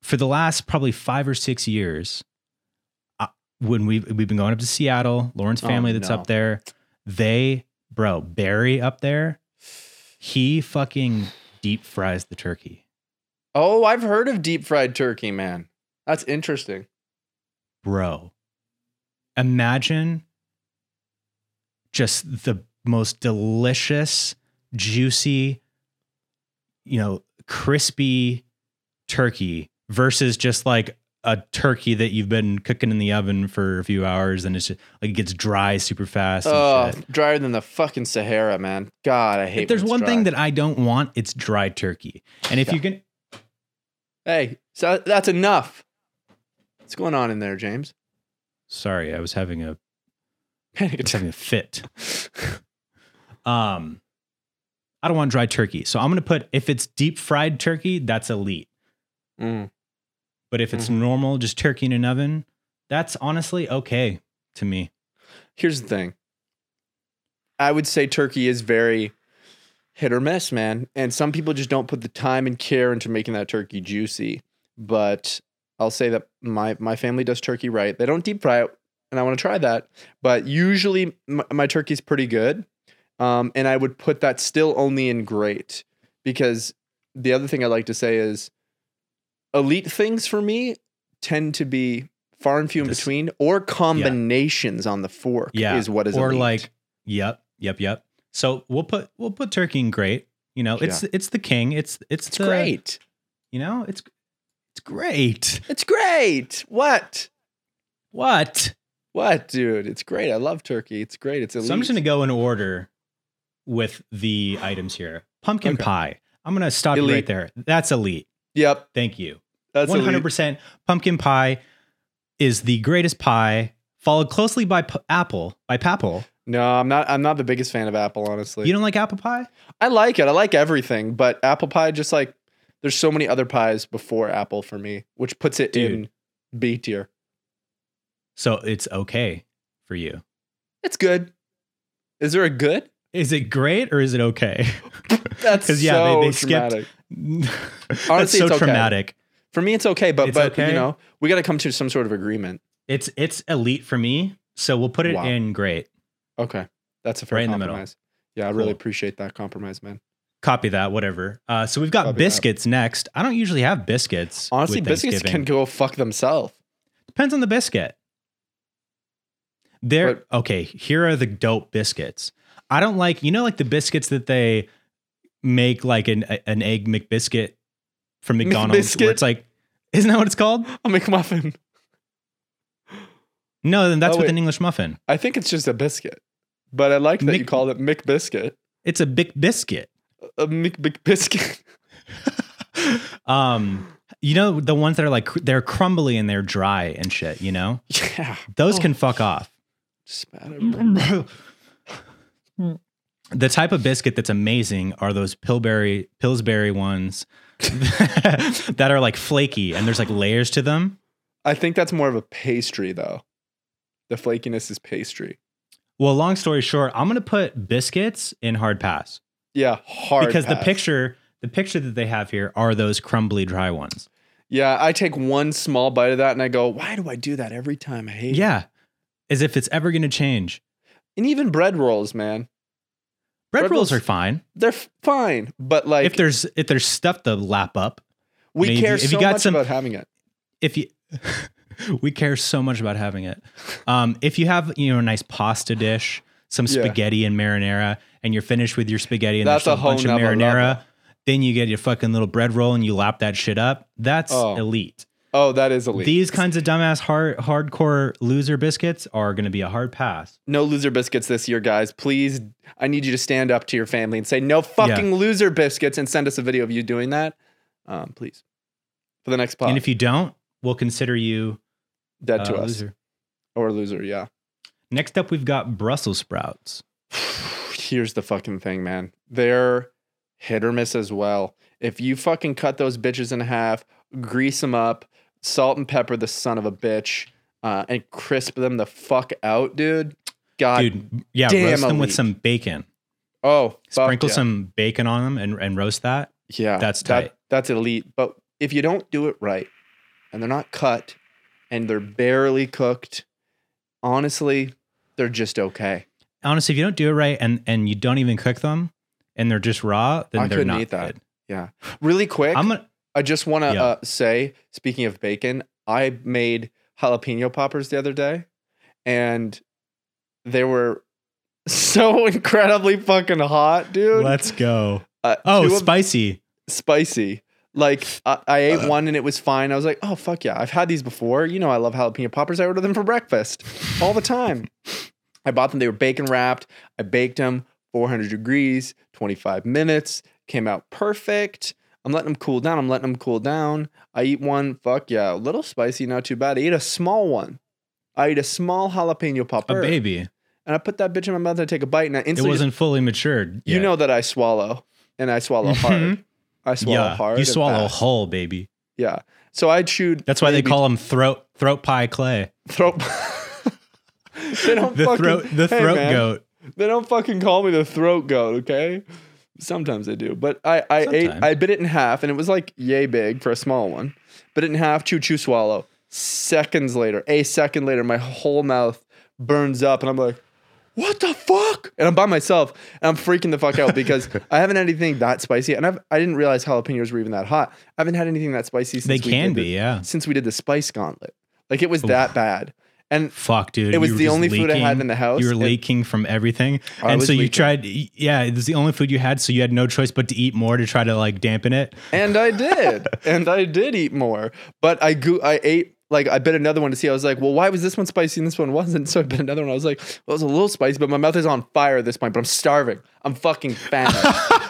For the last probably five or six years, I, when we have we've been going up to Seattle, Lauren's Oh, family that's no. up there, they bro Barry up there, he fucking deep fries the turkey. Oh, I've heard of deep fried turkey, man. That's interesting. bro imagine just the most delicious juicy you know crispy turkey versus just like a turkey that you've been cooking in the oven for a few hours and it's just like it gets dry super fast and Oh, shit. drier than the fucking Sahara, man. God, I hate. if there's when one it's thing dry. that i don't want it's dry turkey and if you can Hey, so that's enough. What's going on in *laughs* there, James? sorry i was having a Panic It's attack. having a fit. um, I don't want dry turkey, so I'm gonna put if it's deep fried turkey, that's elite. Mm. But if it's Mhm. normal, just turkey in an oven, that's honestly okay to me. Here's the thing. I would say turkey is very hit or miss, man. And some people just don't put the time and care into making that turkey juicy. But I'll say that my my family does turkey right. They don't deep fry it, and I want to try that. But usually my, my turkey's pretty good. Um, and I would put that still only in great because the other thing I like to say is elite things for me tend to be far and few in This- between or combinations on the fork Yeah, is what is or elite. like, yep, yep, yep. So we'll put we'll put turkey in great. You know, it's it's the king. It's it's, it's the, great. You know, it's it's great. It's great. What? What? What, dude? It's great. I love turkey. It's great. It's elite. So I'm just gonna go in order with the items here. Pumpkin Okay. pie. I'm gonna stop you right Elite. there. That's elite. yep. Thank you. That's One hundred elite. percent. Pumpkin pie is the greatest pie followed closely by P- Apple, by Papple. No, I'm not. I'm not the biggest fan of Apple, honestly. You don't like apple pie? I like it. I like everything, but apple pie just like there's so many other pies before apple for me, which puts it Dude. in B tier. So it's okay for you. It's good. Is there a good? Is it great or is it okay? *laughs* That's 'Cause, yeah, yeah, so they- they skipped- dramatic. That's Honestly, so it's okay. traumatic. For me, it's okay, but It's but okay? you know we got to come to some sort of agreement. It's it's elite for me. So we'll put it Wow. in great. Okay, that's a fair Right in the middle. compromise. yeah, I really Cool. appreciate that compromise, man. Copy that, whatever. Uh, so we've got Copy that. biscuits next. I don't usually have biscuits. Honestly, with biscuits can Thanksgiving. go fuck themselves. *laughs* depends on the biscuit. There, okay. Here are the dope biscuits. I don't like you know like the biscuits that they make like an an egg McBiscuit *laughs* from McDonald's where McBiscuit? it's like isn't that what it's called? A McMuffin. No, then that's Oh, with wait. an English muffin. I think it's just a biscuit, but I like that you Mc- called it McBiscuit. It's a big *laughs* biscuit. A McBiscuit. *laughs* um, you know the ones that are like cr- they're crumbly and they're dry and shit. You know yeah. those Oh. can fuck off. Spat the *laughs* type of biscuit that's amazing are those Pillsbury Pillsbury ones *laughs* that are like flaky and there's like layers to them. I think that's more of a pastry though. The flakiness is pastry. Well, long story short, I'm gonna put biscuits in hard pass Yeah, hard because the pass. picture the picture that they have here are those crumbly dry ones. Yeah, I take one small bite of that and I go, why do I do that every time? I hate. it." Yeah, as if it's ever gonna change. and even bread rolls, man, Bread, Bread rolls, rolls- are fine they're f- fine, but like if there's if there's stuff to lap up. we maybe- care if so you got much some- about having it. if you *laughs* we care so much about having it um if you have you know a nice pasta dish some Yeah. spaghetti and marinara and you're finished with your spaghetti and That's there's a a whole bunch of nother marinara level. then you get your fucking little bread roll and you lap that shit up that's Oh, elite. Oh, that is elite. these kinds of dumbass hard hardcore loser biscuits are going to be a hard pass no loser biscuits this year, guys. Please, I need you to stand up to your family and say no fucking loser biscuits and send us a video of you doing that, um, please, for the next pod. and if you don't we'll consider you dead to a us loser or loser, yeah. *sighs* next up we've got brussels sprouts Here's the fucking thing, man. They're hit or miss as well. If you fucking cut those bitches in half, grease them up, salt and pepper the son of a bitch, uh, and crisp them the fuck out, dude. God. dude yeah damn roast them with elite. some bacon oh, fuck sprinkle yeah. some bacon on them and, and roast that Yeah, That's that- tight. that's elite. But if you don't do it right, and they're not cut, and they're barely cooked, honestly, they're just okay. honestly, if you don't do it right and and you don't even cook them and they're just raw, then I they're couldn't not eat that. good. Really quick. I'm gonna I just want to Yeah. uh, say, speaking of bacon, I made jalapeno poppers the other day, and they were *laughs* so incredibly fucking hot, dude. let's go. Uh, Oh, two of- spicy. spicy. Like I, I ate Uh. one and it was fine. I was like, oh fuck yeah, I've had these before. You know, I love jalapeno poppers. I order them for breakfast all the time. I bought them. They were bacon wrapped. I baked them 400 degrees, 25 minutes. Came out perfect. I'm letting them cool down. I'm letting them cool down. I eat one. Fuck yeah, a little spicy, not too bad. I eat a small one. I eat a small jalapeno A popper, baby. and I put that bitch in my mouth. and I take a bite, and I It instantly just wasn't fully matured. you yet. know that I swallow and I swallow hard. I swallow Mm-hmm. yeah, hard. you and swallow fast. whole, baby. Yeah. So I chewed. That's why maybe they call them throat throat pie clay. throat. *laughs* they don't The fucking, throat the hey, throat man, goat. They don't fucking call me the throat goat. Okay. Sometimes they do, but I I ate Sometimes. I bit it in half and it was like yay big for a small one. Bit it in half, chew chew swallow. Seconds later, a second later, my whole mouth burns up and I'm like. What the fuck? And I'm by myself and I'm freaking the fuck out *laughs* because I haven't had anything that spicy. And I've, I didn't realize jalapenos were even that hot. I haven't had anything that spicy since They we can did the- be, yeah. since we did the spice gauntlet. Like it was that bad. And Fuck, dude. It was you were the just only food I had leaking. in the house, You were and- leaking from everything. I and was so you leaking. tried yeah, it was the only food you had, so you had no choice but to eat more to try to like dampen it. and *laughs* I did. and I did eat more. But I go- I ate like I bit another one to see. I was like, well, why was this one spicy and this one wasn't? *laughs* So I bit another one. I was like, well, it was a little spicy, but my mouth is on fire at this point, but I'm starving. I'm fucking *laughs* fat.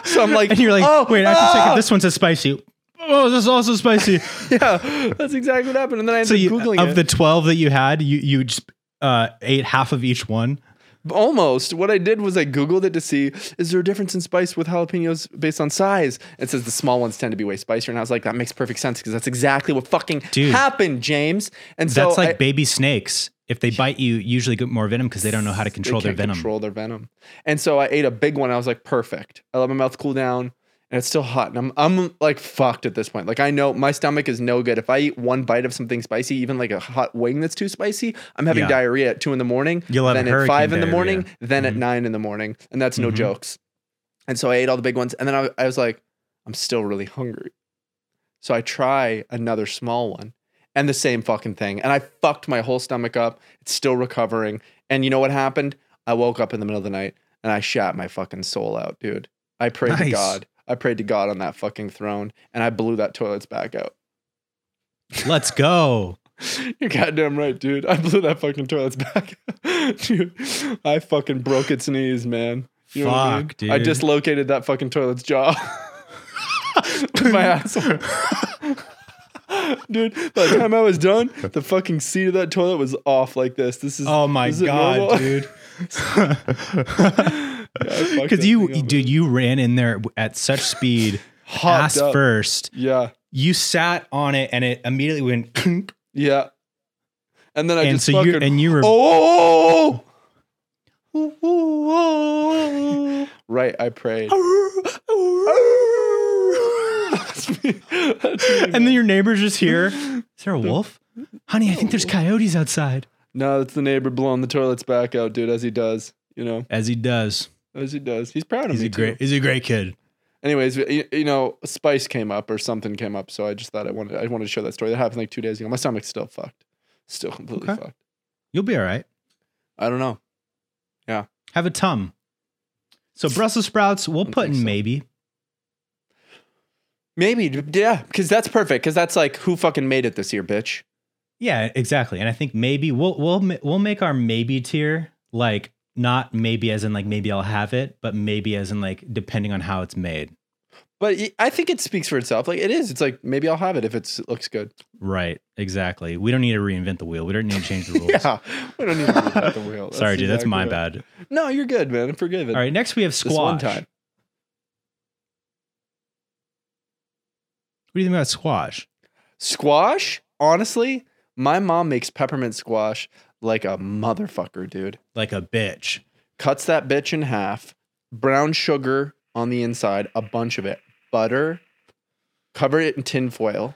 so I'm like, And you're like, oh, wait, I have to check ah!" if this one's a spicy. Oh, this is also spicy. *laughs* Yeah, that's exactly what happened. And then I ended so you, up Googling of it. the 12 that you had, you, you just uh, ate half of each one. Almost. What I did was I Googled it to see is there a difference in spice with jalapenos based on size? It says the small ones tend to be way spicier. And I was like, that makes perfect sense because that's exactly what fucking Dude. happened, James. And so That's like I- baby snakes. If they bite you, usually get more venom because they don't know how to control they their can't venom. Control their venom. And so I ate a big one. I was like, perfect. I let my mouth cool down, and it's still hot. And I'm I'm like fucked at this point. Like I know my stomach is no good. If I eat one bite of something spicy, even like a hot wing that's too spicy, I'm having Yeah. diarrhea at two in the morning. You'll have then at hurricane five in the diarrhea. morning, then at Mhm. nine in the morning, and that's no Mhm. jokes. And so I ate all the big ones, and then I, I was like, I'm still really hungry. So I try another small one and the same fucking thing. And I fucked my whole stomach up. It's still recovering. And you know what happened? I woke up in the middle of the night and I shot my fucking soul out, dude. I prayed to Nice. God. I prayed to God on that fucking throne and I blew that toilet's back out. Let's go. You're goddamn right, dude. I blew that fucking toilet's back *laughs* out. dude, I fucking broke its knees, man. *laughs* You know what I Fuck, mean? I dude. dislocated that fucking toilet's jaw. *laughs* *laughs* With my asshole. Dude, by the time I was done, the fucking seat of that toilet was off like this. This is Oh my *laughs* Is it normal? god, dude. *laughs* fucked that Because you, thing up. dude, you ran in there at *laughs* such speed, hot. ass first. Yeah, You sat on it, and it immediately went. *laughs* "Kunk," yeah. And then I and just so fucking. you and you were. oh, right. *laughs* I prayed. That's me. That's me, and then your neighbors just hear, "Is there a wolf, honey? I think there's coyotes outside." No, it's the neighbor blowing the toilets back out, dude, as he does. You know, As he does. as he does. He's proud of He's Oh, me. a great. Too. He's a great kid. Anyways, you, you know, spice came up or something came up, so I just thought I wanted I wanted to share that story. That happened like two days ago. My stomach's still fucked. Still completely Okay. fucked. You'll be all right. I don't know. Have a tum. *laughs* So Brussels sprouts, we'll Don't put in think so. maybe. Maybe, d- yeah, because that's perfect. Because that's like who fucking made it this year, bitch. Yeah, exactly. And I think maybe we'll we'll ma- we'll make our maybe tier like not maybe as in like maybe I'll have it, but maybe as in like depending on how it's made. But y- I think it speaks for itself. Like it is. It's like maybe I'll have it if it's, it looks good. *laughs* Right. Exactly. We don't need to reinvent the wheel. We don't need to change *laughs* the rules. Yeah, we don't need to reinvent the wheel. Sorry, dude. That's exactly my right. bad. No, you're good, man. I'm forgiven. All right. Next we have This one squash. time. What do you think about squash? Squash, honestly, my mom makes peppermint squash like a motherfucker, dude. Like a bitch. Cuts that bitch in half, brown sugar on the inside, a bunch of it, butter, cover it in tin foil,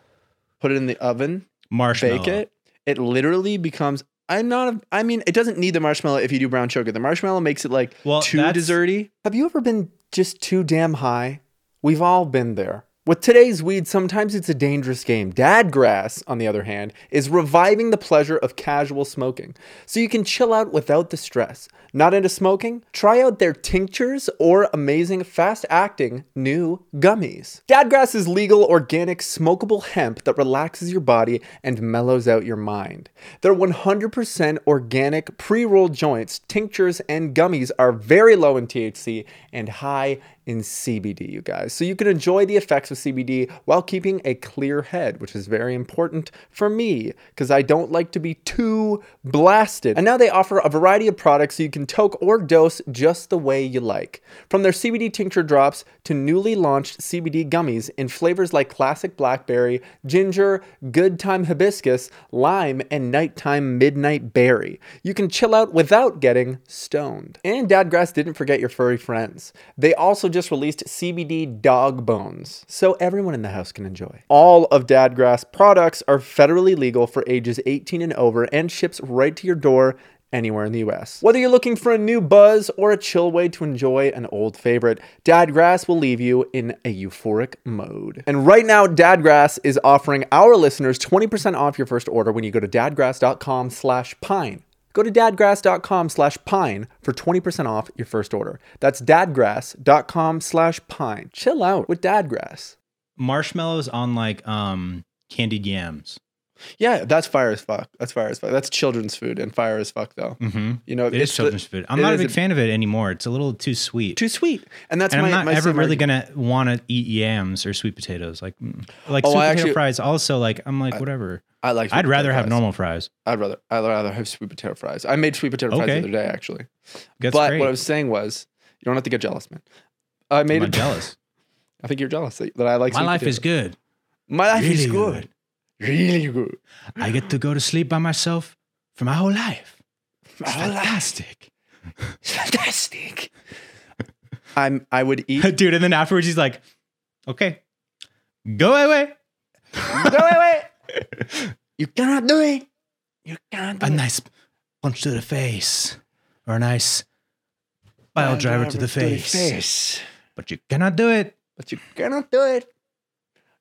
put it in the oven, Marshmallow. bake it. It literally becomes. I'm not. A, I mean, it doesn't need the marshmallow if you do brown sugar. The marshmallow makes it like Well, too that's- desserty. Have you ever been just too damn high? We've all been there. With today's weed, sometimes it's a dangerous game. Dadgrass, on the other hand, is reviving the pleasure of casual smoking. So you can chill out without the stress. Not into smoking? Try out their tinctures or amazing fast acting new gummies. Dadgrass is legal, organic, smokable hemp that relaxes your body and mellows out your mind. Their 100% organic pre rolled joints, tinctures, and gummies are very low in THC and high in CBD, you guys. So you can enjoy the effects of CBD while keeping a clear head, which is very important for me because I don't like to be too blasted. And now they offer a variety of products so you can toke or dose just the way you like. From their CBD tincture drops to newly launched CBD gummies in flavors like classic blackberry, ginger, good time hibiscus, lime, and nighttime midnight berry. You can chill out without getting stoned. And Dadgrass didn't forget your furry friends. They also just released CBD dog bones, so everyone in the house can enjoy. All of Dadgrass products are federally legal for ages 18 and over and ships right to your door anywhere in the US. Whether you're looking for a new buzz or a chill way to enjoy an old favorite, Dadgrass will leave you in a euphoric mode. And right now, Dadgrass is offering our listeners 20% off your first order when you go to dadgrass.com slash pine. Go to dadgrass.com slash pine for 20% off your first order. That's dadgrass.com slash pine. Chill out with Dadgrass. Marshmallows on like um candied yams. Yeah, that's fire as fuck. That's fire as fuck. That's children's food and fire as fuck though. Mm-hmm. You know, It is children's food. I'm it not a is big a- fan of it anymore. It's a little too sweet. too sweet. And that's and my I'm not my ever same really argument. gonna want to eat yams or sweet potatoes. Like, mm. like Oh, sweet I potato actually- fries. Also, like I'm like whatever. I like. sweet I'd rather potato have fries. normal fries. I'd rather. I'd rather have sweet potato fries. I made sweet potato fries Okay. the other day actually. That's but great. what I was saying was, you don't have to get jealous, man. I made I'm it. not jealous. *laughs* I think you're jealous that, that I like. My sweet life is potato. good. My life is Really good. Really good. I get to go to sleep by myself for my whole life. My It's life fantastic. is fantastic. I'm. I would eat. *laughs* *laughs* Dude, and then afterwards he's like, okay, go away. Go away. You cannot do it. You cannot. Do A it. nice punch to the face or a nice pile Pile driver to the face. face. But you cannot do it. But you cannot do it.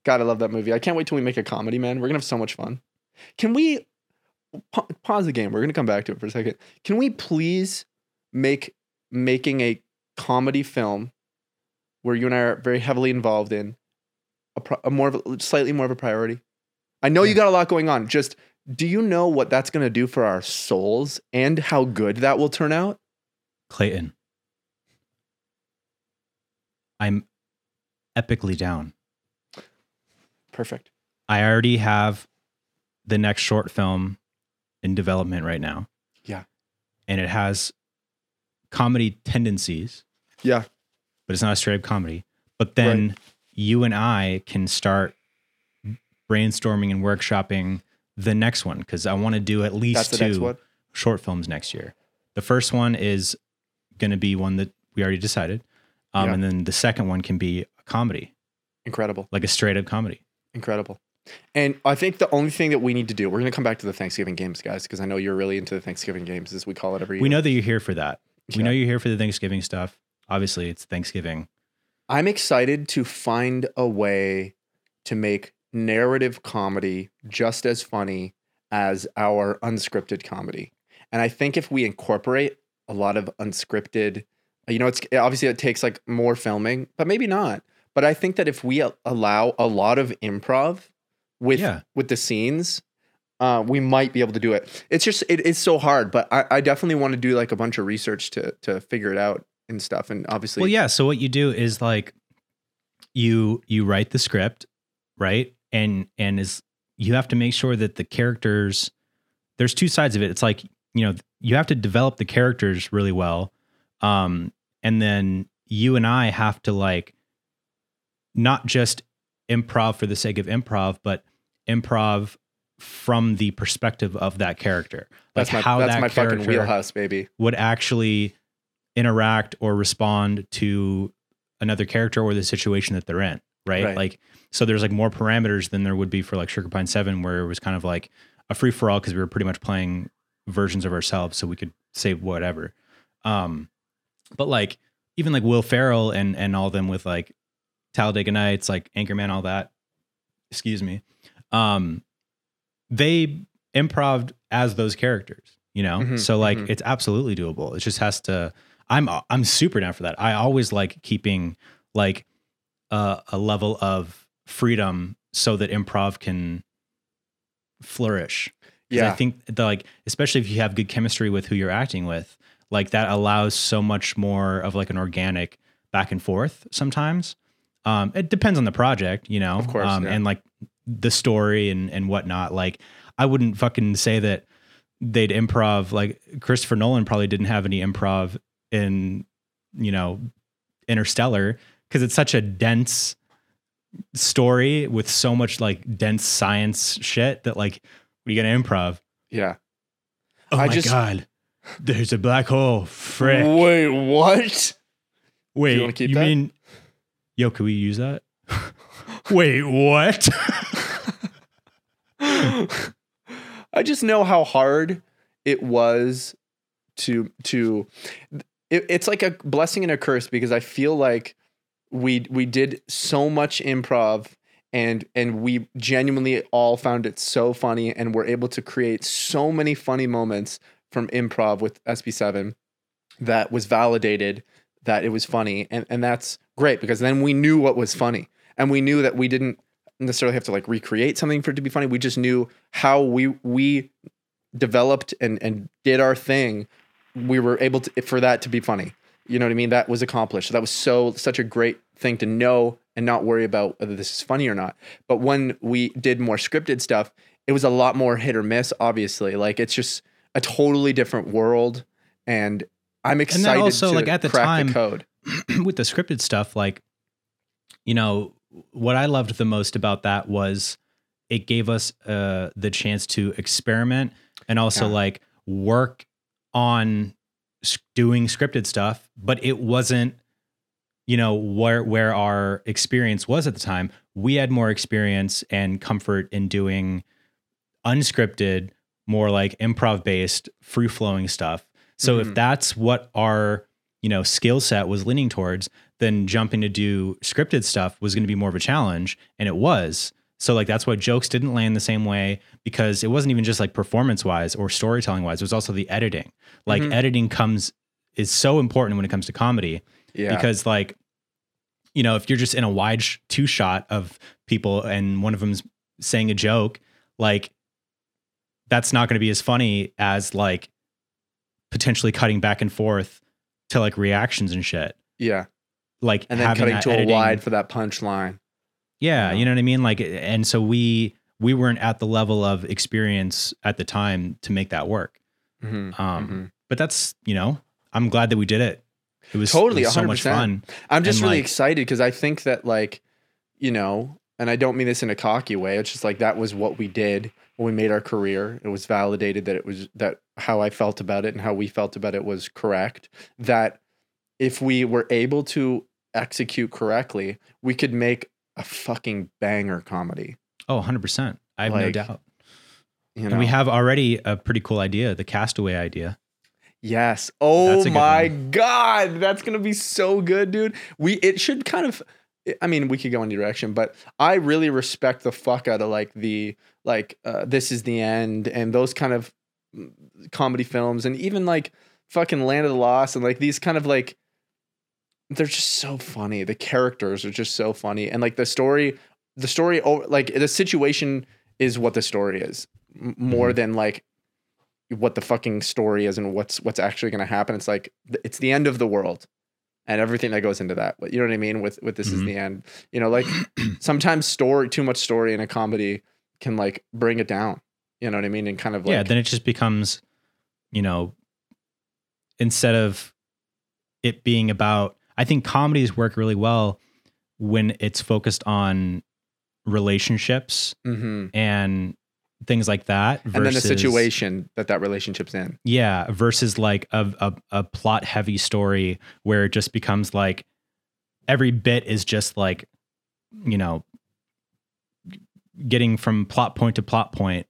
God, I love that movie. I can't wait till we make a comedy, man. We're gonna have so much fun. Can we pa- pause the game? We're gonna come back to it for a second. Can we please make making a comedy film where you and I are very heavily involved in a, pro- a more of a, slightly more of a priority? I know you got a lot going on. Just do you know what that's gonna do for our souls and how good that will turn out? Clayton, I'm epically down. Perfect. I already have the next short film in development right now. Yeah. And it has comedy tendencies. Yeah. But it's not a straight up comedy. But then you and I can start brainstorming and workshopping the next one because I want to do at least That's the two next one. short films next year. The first one is going to be one that we already decided. Um, Yeah. And then the second one can be a comedy, Incredible. like a straight up comedy. Incredible. And I think the only thing that we need to do, we're going to come back to the Thanksgiving games, guys, because I know you're really into the Thanksgiving games, as we call it every We year. know that you're here for that. We Yeah. know you're here for the Thanksgiving stuff. Obviously, it's Thanksgiving. I'm excited to find a way to make narrative comedy just as funny as our unscripted comedy. And I think if we incorporate a lot of unscripted, you know, it's obviously it takes like more filming, but maybe not. But I think that if we a- allow a lot of improv with Yeah. with the scenes, uh, we might be able to do it. It's just it is so hard, but I, I definitely want to do like a bunch of research to to figure it out and stuff. And obviously, Well, yeah. So what you do is like you you write the script, right? And and is you have to make sure that the characters there's two sides of it. It's like, you know, you have to develop the characters really well. Um and then you and I have to like not just improv for the sake of improv, but improv from the perspective of that character. Like that's my how that's that my fucking character- wheelhouse, baby. would actually interact or respond to another character or the situation that they're in, right? Right. Like, so there's like more parameters than there would be for like Sugar Pine Seven, where it was kind of like a free for all because we were pretty much playing versions of ourselves, so we could say whatever. Um, but like even like Will Ferrell and and all them with like Talladega Nights, like Anchorman, all that. Excuse me. Um, they improved as those characters, you know. Mhm, so like mhm. it's absolutely doable. It just has to. I'm I'm super down for that. I always like keeping like a, a level of freedom so that improv can flourish. 'Cause Yeah, I think the, like especially if you have good chemistry with who you're acting with, like that allows so much more of like an organic back and forth sometimes. Um, it depends on the project, you know, Of course, um, yeah. and like the story and, and whatnot. Like I wouldn't fucking say that they'd improv like Christopher Nolan probably didn't have any improv in, you know, Interstellar because it's such a dense story with so much like dense science shit that like what are you gonna improv? yeah. Oh I my just- god. There's a black hole. Frick. Wait, what? Wait, wanna keep you that? mean Yo, can we use that? *laughs* Wait, what? *laughs* *laughs* I just know how hard it was to to. It, it's like a blessing and a curse because I feel like we we did so much improv and and we genuinely all found it so funny and were able to create so many funny moments from improv with SB7 that was validated that it was funny and and that's great because then we knew what was funny and we knew that we didn't necessarily have to like recreate something for it to be funny we just knew how we we developed and and did our thing we were able to for that to be funny you know what i mean that was accomplished that was so such a great thing to know and not worry about whether this is funny or not but when we did more scripted stuff it was a lot more hit or miss, obviously. Like it's just a totally different world. And I'm excited also, to like, at the crack time- the code. with the scripted stuff, like, you know, what I loved the most about that was it gave us uh, the chance to experiment and also Yeah. like work on s- doing scripted stuff, but it wasn't, you know, where where our experience was at the time. We had more experience and comfort in doing unscripted, more like improv based, free flowing stuff. So if Mhm. that's what our you know skill set was leaning towards, then jumping to do scripted stuff was going to be more of a challenge, and it was. So like that's why jokes didn't land the same way because it wasn't even just like performance wise or storytelling wise. It was also the editing. Like Mhm. editing comes is so important when it comes to comedy Yeah. because like you know if you're just in a wide sh- two shot of people and one of them's saying a joke like that's not going to be as funny as like potentially cutting back and forth to like reactions and shit yeah. like And then having cutting that to a editing- wide for that punchline. yeah Yeah. you know what i mean like and so we we weren't at the level of experience at the time to make that work Mhm. um Mhm. but that's you know i'm glad that we did it it was Totally, it was so much 100%. fun I'm just And, really like- excited because I think that like, you know, and I don't mean this in a cocky way. It's just like that was what we did when we made our career. It was validated that it was that how I felt about it and how we felt about it was correct. That if we were able to execute correctly, we could make a fucking banger comedy. oh 100% i have no Like, doubt You know? And we have already a pretty cool idea, the castaway idea. Yes. Oh a good my god, that's gonna be so good, dude. We it should kind of. I mean, we could go any direction, but I really respect the fuck out of like the like uh, this is the end and those kind of mm, comedy films and even like fucking Land of the Lost and like these kind of like they're just so funny. The characters are just so funny and like the story, the story over like the situation is what the story is m- more Mm-hmm. than like what the fucking story is and what's what's actually going to happen. It's like th- it's the end of the world and everything that goes into that. You know what I mean? With with this is Mhm. the end. You *clears throat* know, like sometimes story too much story in a comedy can like bring it down. You know what I mean? And kind of like yeah, then it just becomes, you know, instead of it being about, I think comedies work really well when it's focused on relationships Mhm. and things like that. Versus, and then the situation that that relationship's in. Yeah, versus like a, a, a plot heavy story where it just becomes like every bit is just like, you know, getting from plot point to plot point.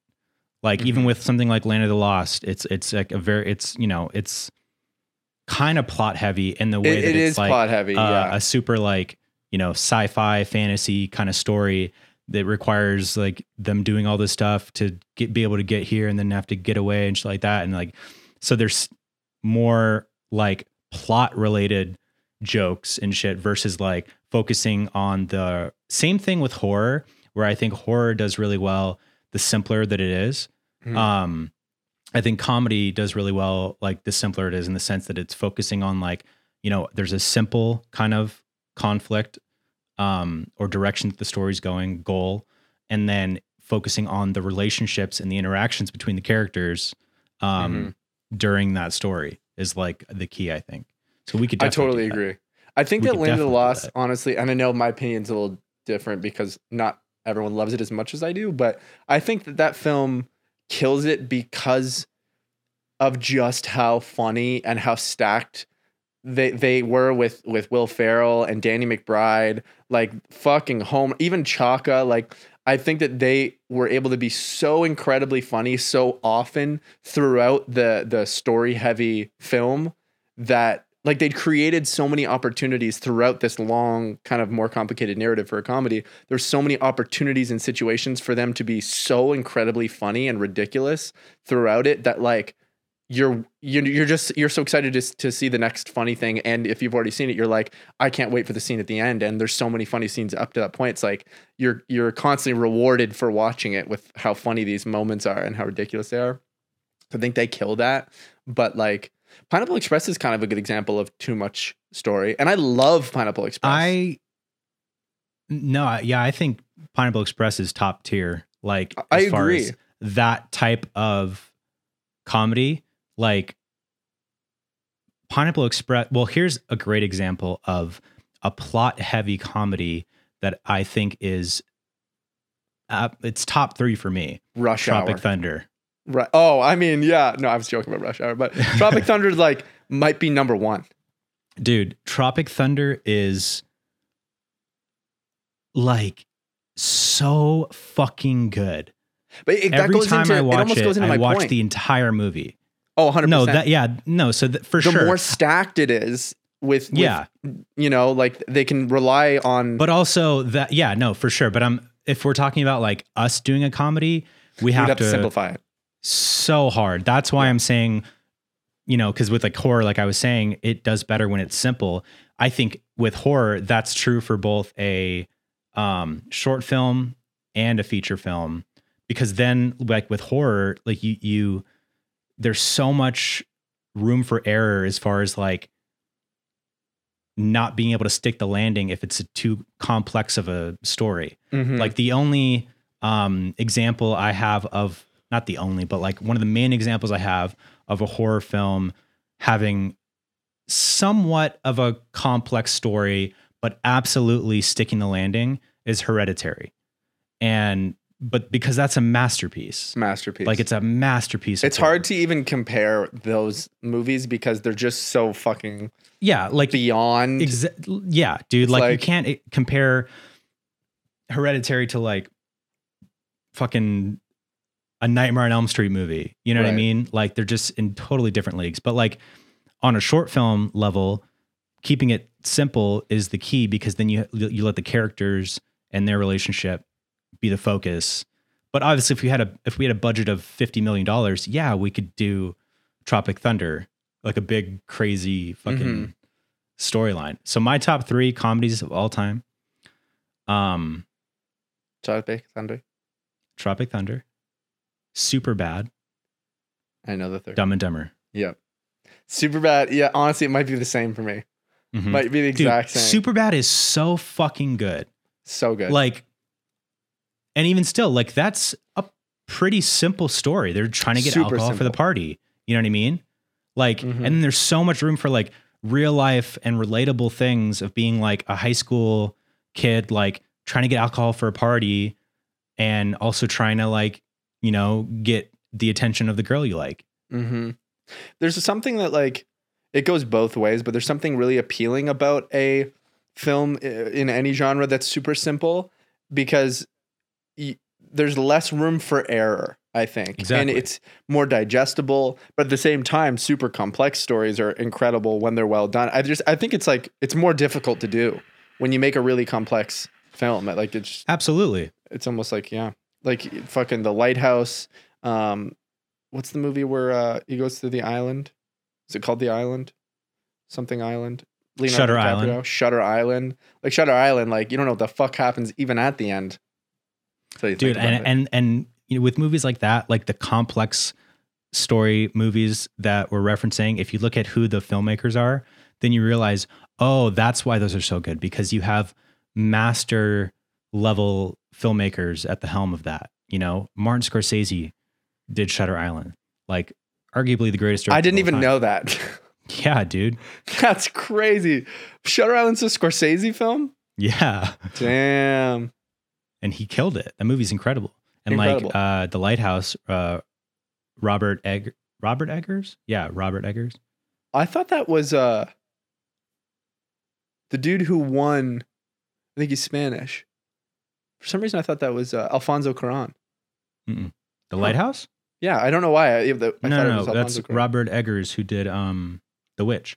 Like even Mhm. with something like Land of the Lost, it's it's like a very it's you know it's kind of plot heavy in the way It, that it it's is like plot heavy. uh, yeah. a super like you know sci-fi fantasy kind of story that requires like them doing all this stuff to get be able to get here and then have to get away and shit like that and like so there's more like plot related jokes and shit versus like focusing on the same thing with horror where I think horror does really well the simpler that it is. Hmm. Um, I think comedy does really well like the simpler it is in the sense that it's focusing on like you know there's a simple kind of conflict um, or direction that the story's going goal, and then focusing on the relationships and the interactions between the characters um, Mm-hmm. during that story is like the key I think. So we could I definitely totally do that. agree. I think We that could Land of the definitely do Lost, that. honestly, and I know my opinion's a little different because not everyone loves it as much as I do, but I think that that film kills it because of just how funny and how stacked they they were with with Will Ferrell and Danny McBride, like fucking home, even Chaka, like. I think that they were able to be so incredibly funny so often throughout the the story heavy film that like they'd created so many opportunities throughout this long kind of more complicated narrative for a comedy there's so many opportunities and situations for them to be so incredibly funny and ridiculous throughout it that like you're you're, you're just you're so excited to, s- to see the next funny thing and if you've already seen it you're like i can't wait for the scene at the end and there's so many funny scenes up to that point it's like you're you're constantly rewarded for watching it with how funny these moments are and how ridiculous they are i think they kill that but like Pineapple Express is kind of a good example of too much story, and I love Pineapple Express. I no, I- yeah, I think Pineapple Express is top tier Like I- I as far agree. as that type of comedy, like Pineapple Express. Well, here's a great example of a plot heavy comedy that I think is uh, it's top three for me. Rush Tropic Hour. Thunder. Right. Oh, I mean, yeah. No, I was joking about Rush *laughs* Hour, but Tropic Thunder is like might be number one. Dude, Tropic Thunder is like so fucking good. But it, that Every goes time into, I it watch almost it, goes into I my watch point. the entire movie. oh, 100%. No, that yeah, no. So that, for the sure, more stacked it is with, with, yeah. you know, like they can rely on. But also that yeah, no, for sure. But I'm if we're talking about like us doing a comedy, we you'd have, have to, to simplify it. so hard. That's why I'm saying, you know, because with like horror, like I was saying, it does better when it's simple. I think with horror, that's true for both a um, short film and a feature film, because then like with horror, like you you there's so much room for error as far as like not being able to stick the landing if it's too complex of a story Mhm. like the only um example i have of not the only but like one of the main examples i have of a horror film having somewhat of a complex story but absolutely sticking the landing is hereditary and but because that's a masterpiece masterpiece. like it's a masterpiece of Hmm. it's horror. hard to even compare those movies because they're just so fucking yeah like beyond. Exa- yeah, dude. It's Like, you like- can't i- compare Hereditary to like fucking a Nightmare on Elm Street movie. You know what I Right. mean? Like they're just in totally different leagues. But like on a short film level, keeping it simple is the key because then you you let the characters and their relationship be the focus. But obviously, if we had a if we had a budget of fifty million dollars, yeah, we could do Tropic Thunder, like a big crazy fucking Mhm. storyline. So my top three comedies of all time: um, Tropic Thunder. Tropic Thunder, Super Bad, I know the third. Dumb and Dumber. Super bad. Yeah, honestly, it might be the same for me. Mhm. Might be the Mm-hmm. exact same. Super Bad is so fucking good. so good. Like, and even still, like that's a pretty simple story. They're trying to get Super alcohol for the simple. party. You know what I mean? Like, Mhm. and then there's so much room for like real life and relatable things of being like a high school kid, like trying to get alcohol for a party, and also trying to like, you know, get the attention of the girl you like. Mm-hmm. There's something that like it goes both ways, but there's something really appealing about a film i- in any genre that's super simple because y- there's less room for error, I think, and Exactly. it's more digestible. But at the same time, super complex stories are incredible when they're well done. I just I think it's like it's more difficult to do when you make a really complex film. Like it's Absolutely. it's almost like yeah like fucking the lighthouse um what's the movie where uh he goes to the island is it called the island something island Shutter Island. shutter island like shutter island like you don't know what the fuck happens even at the end so you dude think about and, it. and and you know with movies like that like the complex story movies that we're referencing if you look at who the filmmakers are then you realize oh that's why those are so good because you have master level filmmakers at the helm of that you know martin scorsese did shutter island like arguably the greatest director i of didn't all even time. know that *laughs* yeah dude that's crazy shutter island's a *laughs* scorsese film yeah damn and he killed it. That movie's incredible. And Incredible. like uh The Lighthouse, uh Robert Egg Robert Eggers? Yeah, Robert Eggers. i thought that was uh the dude who won i think he's spanish for some reason i thought that was uh, alfonso cuaron The Huh. Lighthouse? Yeah, I don't know why. I, if the, I no, thought it no, was no. Alfonso That's Cuarón. Robert Eggers who did um The Witch.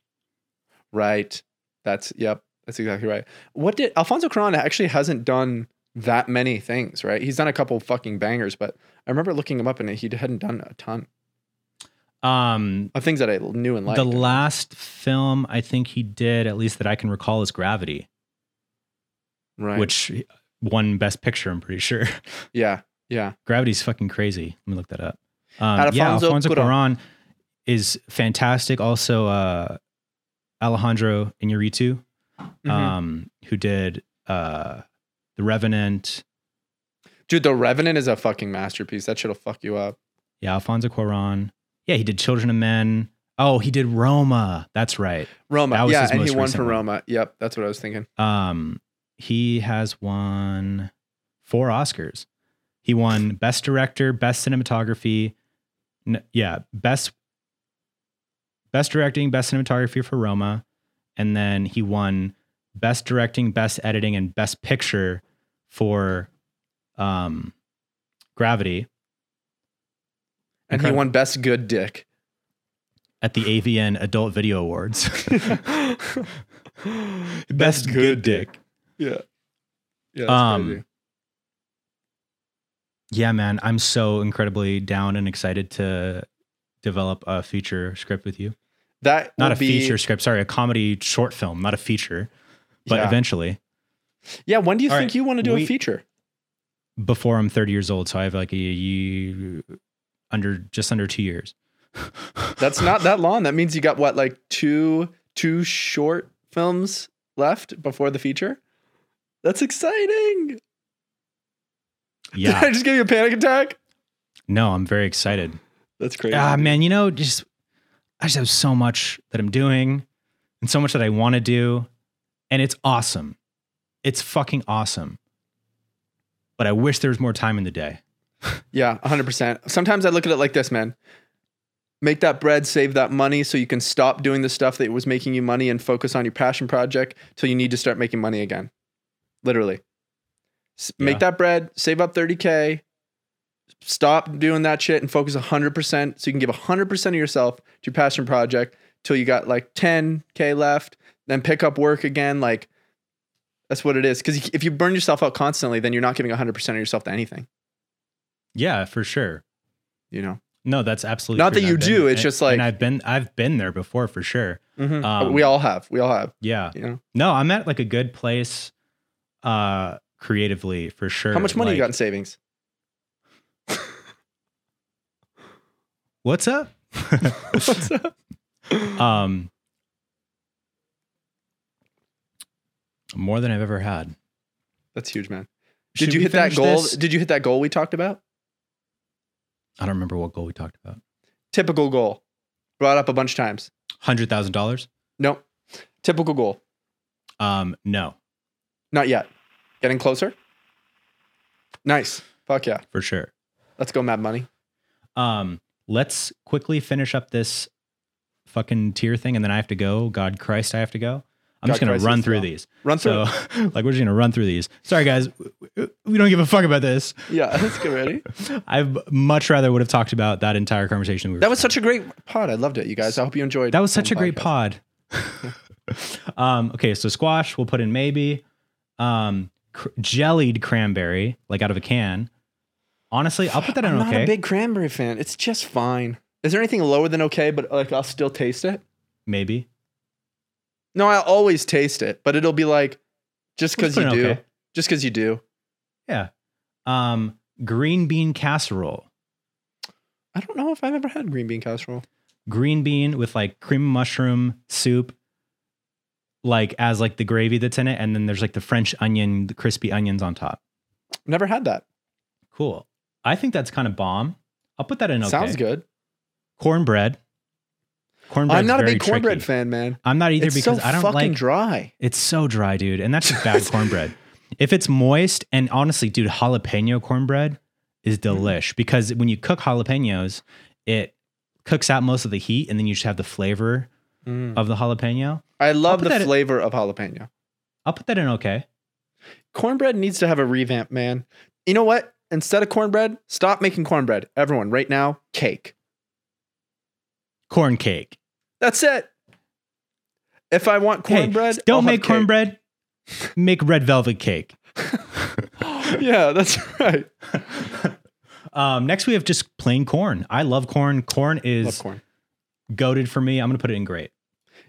Right. That's yep. That's exactly right. What did Alfonso Cuarón actually hasn't done that many things, right? He's done a couple fucking bangers, but I remember looking him up and he hadn't done a ton Um of things that I knew and liked. the last film I think he did, at least that I can recall, is Gravity, right. which won Best Picture, I'm pretty sure. *laughs* yeah, yeah. Gravity's fucking crazy. Let me look that up. Um, yeah, Alfonso Alfonso Cuarón. Cuarón is fantastic. Also, uh, Alejandro Inarritu, Mhm. um, who did uh, The Revenant, Dude, The Revenant is a fucking masterpiece. That shit'll fuck you up. Yeah, Alfonso Cuaron. Yeah, he did Children of Men. Oh, he did Roma. That's right. Roma. That was yeah, his and he most won recent for one. Roma. Yep, that's what I was thinking. Um, he has won four Oscars. He won Best Director, Best Cinematography. n- yeah, Best Best Directing, Best Cinematography for Roma, and then he won Best Directing, Best Editing, and Best Picture for um, Gravity And he Incredible. won Best Good Dick. at the AVN Adult Video Awards. *laughs* yeah. Best Good Dick. Yeah, that's Um, crazy. Yeah, man, I'm so incredibly down and excited to develop a feature script with you. That Not will a be- feature script, sorry, a comedy short film, not a feature, but yeah. eventually Yeah, when do you All think right, you want to do a we- feature? before I'm 30 years old, so I have like a ye- under just under 2 years. That's not that long. That means you got what, like two two short films left before the feature. That's exciting. *laughs* Did Yeah. *laughs* I just give you a panic attack? No, I'm very excited. That's crazy. Ah, man, you know, just I just have so much that I'm doing and so much that I want to do and it's awesome. It's fucking awesome. But I wish there was more time in the day. Yeah, 100%. Sometimes I look at it like this, man. Make that bread, save that money so you can stop doing the stuff that was making you money and focus on your passion project till you need to start making money again. Literally. S- Make Yeah. that bread, save up 30K, stop doing that shit and focus 100% so you can give 100% of yourself to your passion project till you got like 10K left, then pick up work again. Like, that's what it is. Because if you burn yourself out constantly, then you're not giving 100% of yourself to anything, Yeah, for sure. you know? No, that's absolutely Not true, that and you I've been- do, it's and- just like- and I've been I've been there before for sure. Mm-hmm. Um, we all have. We all have. Yeah. You know. No, I'm at like a good place uh creatively for sure. How much money you Like, got in savings? What's up? *laughs* *laughs* What's up? um more than I've ever had. That's huge, man. Did Should you we hit that finish goal? this? Did you hit that goal we talked about? I don't remember what goal we talked about. Typical goal. Brought up a bunch of times. Hundred thousand dollars? No. Typical goal. Um, no, Not yet. Getting closer. Nice. Fuck yeah. for sure. Let's go, Mad Money. Um, let's quickly finish up this fucking tier thing, and then I have to go. God Christ, I have to go. I'm God just gonna Christ run is through gone. these. Run through. So, *laughs* like, we're just gonna run through these. Sorry, guys, w- w- we don't give a fuck about this. it. Yeah, *laughs* let's get ready. I much rather would have talked about that entire conversation. We were That was such a great pod. I loved it, you guys. I hope you enjoyed. that was such a the great podcast. pod. *laughs* um, okay, so squash, we'll put in maybe. Um, cr- jellied cranberry, like out of a can. Honestly, I'll put that in. I'm okay, not a big cranberry fan. It's just fine. Is there anything lower than okay, but like I'll still taste it? maybe. No, I'll always taste it, but it'll be like just Let's because put you it do. okay. Just because you do. Yeah. Um, green bean casserole. I don't know if I've ever had green bean casserole. Green bean with like cream mushroom soup, like as like the gravy that's in it, and then there's like the French onion, the crispy onions on top. Never had that. Cool. I think that's kind of bomb. I'll put that in. Okay. Sounds good. Cornbread. Cornbread. I'm not a big cornbread fan, man. I'm not either it's because so I don't fucking like. dry. It's so dry, dude, and that's just *laughs* bad cornbread. If it's moist and honestly, dude, jalapeno cornbread is Mm-hmm. delish because when you cook jalapenos, it cooks out most of the heat, and then you just have the flavor of the jalapeno. I love Mm. put the that in- flavor of jalapeno. I'll put that in okay. Cornbread needs to have a revamp, man. You know what? Instead of cornbread, stop making cornbread. Everyone, right now, cake. Corn cake. That's it. If I want Hey, cornbread, don't I'll have make cake. cornbread. Make red velvet cake. *gasps* yeah, that's *laughs* right. Um, next, we have just plain corn. I love corn. Corn Love is corn. goaded for me. I'm gonna put it in great.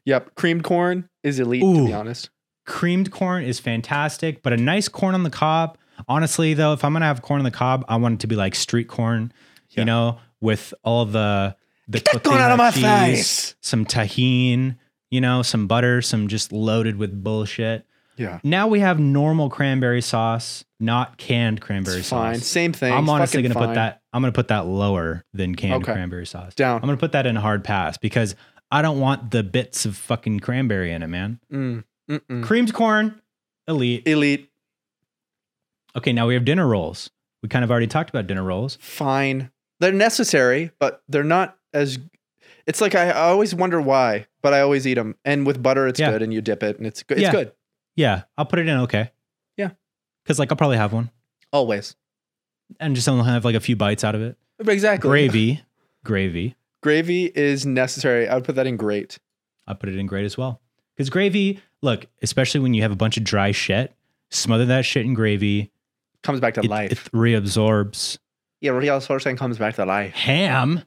Yep, creamed corn is elite. To be Ooh. honest, creamed corn is fantastic, but a nice corn on the cob. Honestly, though, if I'm gonna have corn on the cob, I want it to be like street corn, Yeah. you know, with all the the Get that corn out of cotija my cheese, face. some tahine, you know, some butter, some just loaded with bullshit. Yeah. Now we have normal cranberry sauce, not canned cranberry It's fine. sauce. Same thing. I'm It's honestly fucking gonna put fine. that. I'm gonna put that lower than canned Okay. cranberry sauce. down. I'm gonna put that in a hard pass because I don't want the bits of fucking cranberry in it, man. Mm, mm-mm. Creamed corn, elite. Elite. Okay, now we have dinner rolls. We kind of already talked about dinner rolls. Fine. They're necessary, but they're not as. It's like I, I always wonder why, but I always eat them. And with butter, it's Yeah. good, and you dip it, and it's good. It's Yeah. good Yeah, I'll put it in. Okay. Yeah. Because like I'll probably have one always. and just I'll have like a few bites out of it. Exactly. Gravy, gravy. Gravy is necessary. I would put that in great. I put it in great as well. Because gravy, look, especially when you have a bunch of dry shit, smother that shit in gravy. Comes back to It, life. it reabsorbs. yeah, real sourcing comes back to life. Ham.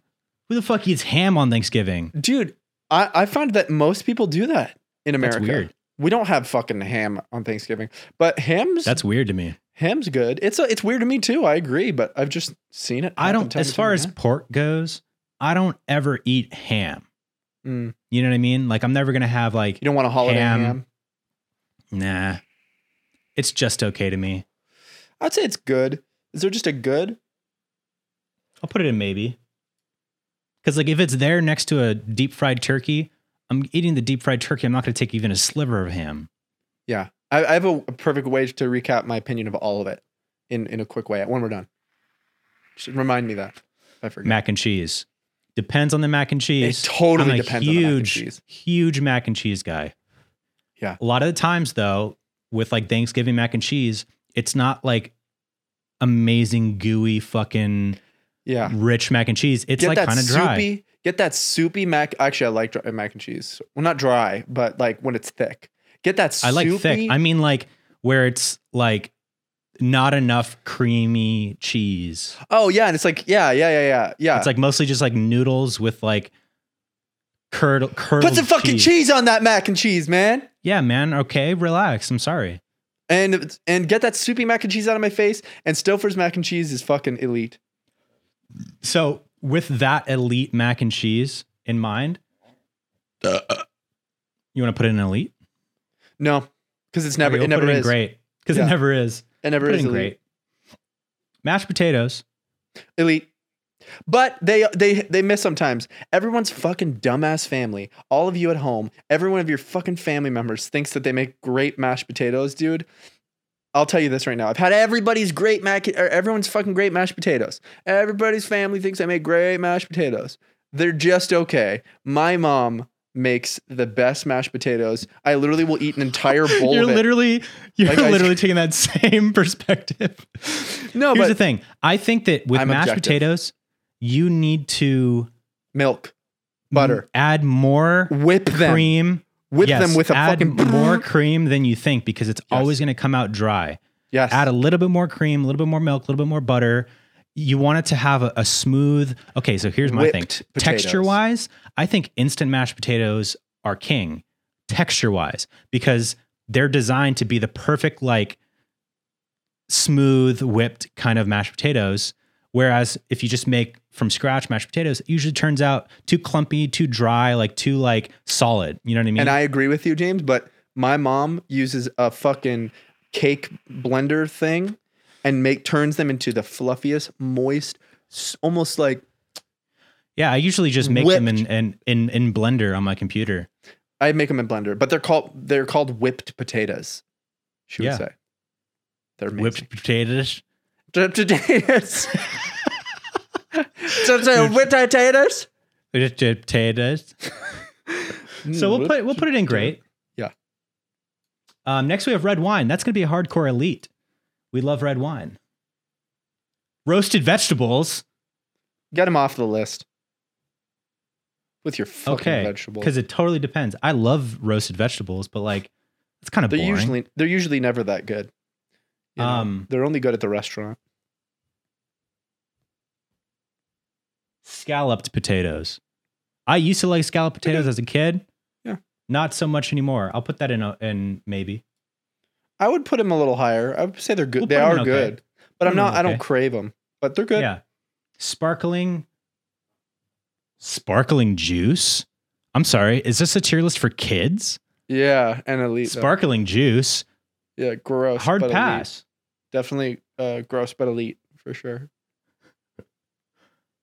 Who the fuck eats ham on Thanksgiving? Dude, I, I find that most people do that in America. That's weird. We don't have fucking ham on Thanksgiving, but ham's That's weird to me. ham's good. It's a, it's weird to me too. I agree, but I've just seen it. I happen don't. time As and far time as again. pork goes, I don't ever eat ham. Mm. You know what I mean? Like I'm never gonna have like you don't want a holiday Ham. ham. nah. It's just okay to me. I'd say it's good. Is there just a good? I'll put it in maybe. Because like if it's there next to a deep fried turkey, I'm eating the deep fried turkey. I'm not gonna take even a sliver of ham. Yeah, I, I have a, a perfect way to recap my opinion of all of it in in a quick way when we're done. Should remind me that if I forget. Mac and cheese depends on the mac and cheese. it totally I'm a depends huge, on the mac and cheese. huge mac and cheese guy. Yeah. A lot of the times, though, with like Thanksgiving mac and cheese, it's not like amazing, gooey, fucking Yeah, rich mac and cheese. It's like kind of dry. soupy. Get that soupy mac. Actually, I like dry, uh, mac and cheese. Well, not dry, but like when it's thick. Get that. Soupy, I like thick. I mean, like where it's like not enough creamy cheese. oh yeah, and it's like yeah, yeah, yeah, yeah, yeah. It's like mostly just like noodles with like curdle curdled put some fucking cheese. on that mac and cheese, man. Yeah, man. Okay, relax. I'm sorry. And and get that soupy mac and cheese out of my face. And Stouffer's mac and cheese is fucking elite. So with that elite mac and cheese in mind, you want to put in elite? No, because it's never Or you'll it put never in is. great because Yeah. it never is. It never Put is in elite. great. Mashed potatoes. elite. But they they they miss sometimes. Everyone's fucking dumbass family. All of you at home, every one of your fucking family members thinks that they make great mashed potatoes, dude. I'll tell you this right now. I've had everybody's great mac or everyone's fucking great mashed potatoes. Everybody's family thinks I make great mashed potatoes. They're just okay. My mom makes the best mashed potatoes. I literally will eat an entire *laughs* bowl You're of it. literally you're Like I- literally taking that *laughs* same perspective. no, Here's but the thing. I think that with I'm mashed objective. potatoes, you need to milk, butter, add more whip them, cream. whip Yes, them with a add fucking *clears throat* more cream than you think because it's Yes. always going to come out dry. *laughs* Yes. add a little bit more cream, a little bit more milk, a little bit more butter. You want it to have a, a smooth. Okay, so here's my thing. Whipped potatoes. Texture wise, I think instant mashed potatoes are king. Texture wise, because they're designed to be the perfect like smooth whipped kind of mashed potatoes. Whereas if you just make from scratch mashed potatoes, it usually turns out too clumpy, too dry, like too like solid. You know what I mean? And I agree with you, James, but my mom uses a fucking cake blender thing and make turns them into the fluffiest, moist, s- almost like yeah, I usually just make them in, in in in Blender on my computer. I make them in blender, but they're called they're called whipped potatoes. She would Yeah. say. They're amazing. Whipped potatoes. *laughs* Whipped potatoes. *laughs* so, so whipped potatoes. Whipped potatoes. So we'll put we'll put it in great. Mm, Yeah. Um, next we have red wine. That's gonna be a hardcore elite. We love red wine. Roasted vegetables, Get them off the list. With your fucking Okay, vegetables. because it totally depends. I love roasted vegetables, but like it's kind of They're boring. usually they're usually never that good. You know? Um, they're only good at the restaurant. scalloped potatoes. I used to like scalloped potatoes as a kid. Yeah. Not so much anymore. I'll put that in a, in maybe. I would put them a little higher. I would say they're good. We'll they put 'em in are okay. good, Put but 'em I'm in not. I don't okay. crave them, but they're good. Yeah. Sparkling sparkling juice? I'm sorry. Is this a tier list for kids? Yeah, and elite. though. Sparkling juice. Yeah, gross. Hard but elite. pass. Definitely uh, gross, but elite for sure.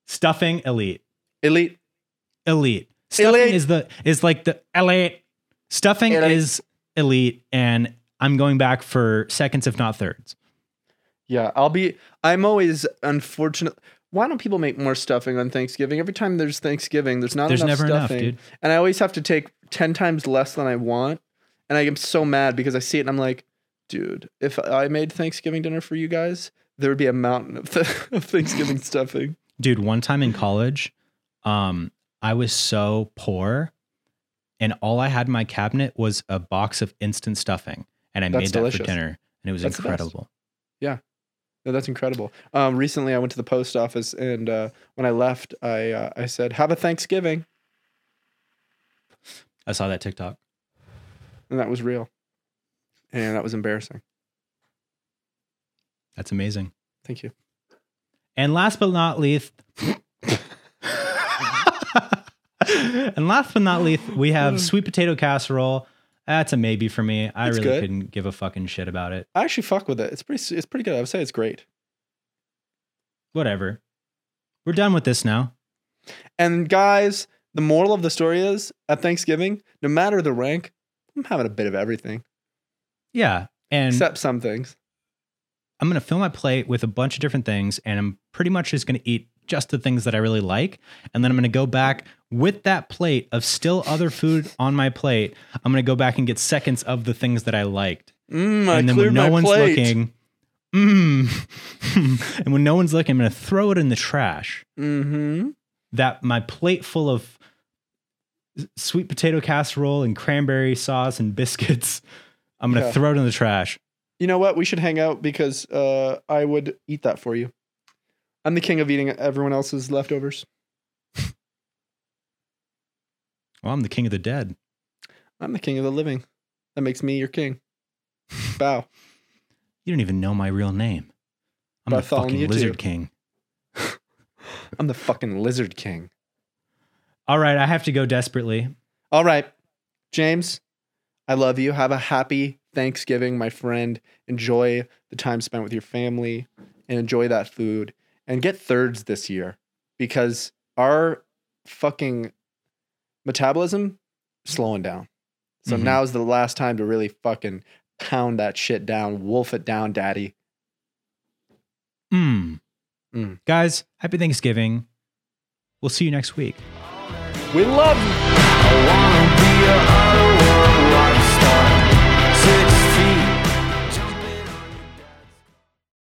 Stuffing elite. Elite. Elite. Stuffing Elite. is the is like the elite. Stuffing Elite. is elite, and I'm going back for seconds, if not thirds. Yeah, I'll be. I'm always unfortunate. Why don't people make more stuffing on Thanksgiving? Every time there's Thanksgiving, there's not There's enough never enough, stuffing, dude. and I always have to take ten times less than I want, and I am so mad because I see it and I'm like, dude, if I made Thanksgiving dinner for you guys, there would be a mountain of, *laughs* of Thanksgiving stuffing. Dude, one time in college, um, I was so poor, and all I had in my cabinet was a box of instant stuffing, and I That's made that for delicious. dinner, and it was That's the best. incredible. No, that's incredible. Um, recently, I went to the post office, and uh, when I left, I uh, I said, "Have a Thanksgiving," I saw that TikTok. and that was real, and that was embarrassing. That's amazing. Thank you. And last but not least, *laughs* and last but not least, we Mm. have sweet potato casserole. That's a maybe for me. I It's really good. couldn't give a fucking shit about it. I actually fuck with it. It's pretty. s- It's pretty good. I would say it's great. Whatever. We're done with this now. And guys, the moral of the story is at Thanksgiving, no matter the rank, I'm having a bit of everything Yeah. And except some things. I'm going to fill my plate with a bunch of different things and I'm pretty much just going to eat just the things that I really like. And then I'm going to go back with that plate of still other *laughs* food on my plate. I'm going to go back and get seconds of the things that I liked. Mm, I and then cleared when no my one's plate. looking, mm, *laughs* and when no one's looking, I'm going to throw it in the trash. Mm-hmm. That my plate full of s- sweet potato casserole and cranberry sauce and biscuits, I'm going to Yeah. throw it in the trash. You know what? We should hang out because uh, I would eat that for you. I'm the king of eating everyone else's leftovers. Well, I'm the king of the dead. I'm the king of the living. That makes me your *laughs* king. Bow. You don't even know my real name. I'm the Bartholomew fucking too. lizard king. I'm the fucking lizard king. All right, I have to go desperately. All right, James, I love you. Have a happy Thanksgiving, my friend. Enjoy the time spent with your family and enjoy that food and get thirds this year because our fucking metabolism slowing down. So Mhm. now's the last time to really fucking pound that shit down, wolf it down, daddy. Mm. Mm. Guys, happy Thanksgiving. We'll see you next week. We love you.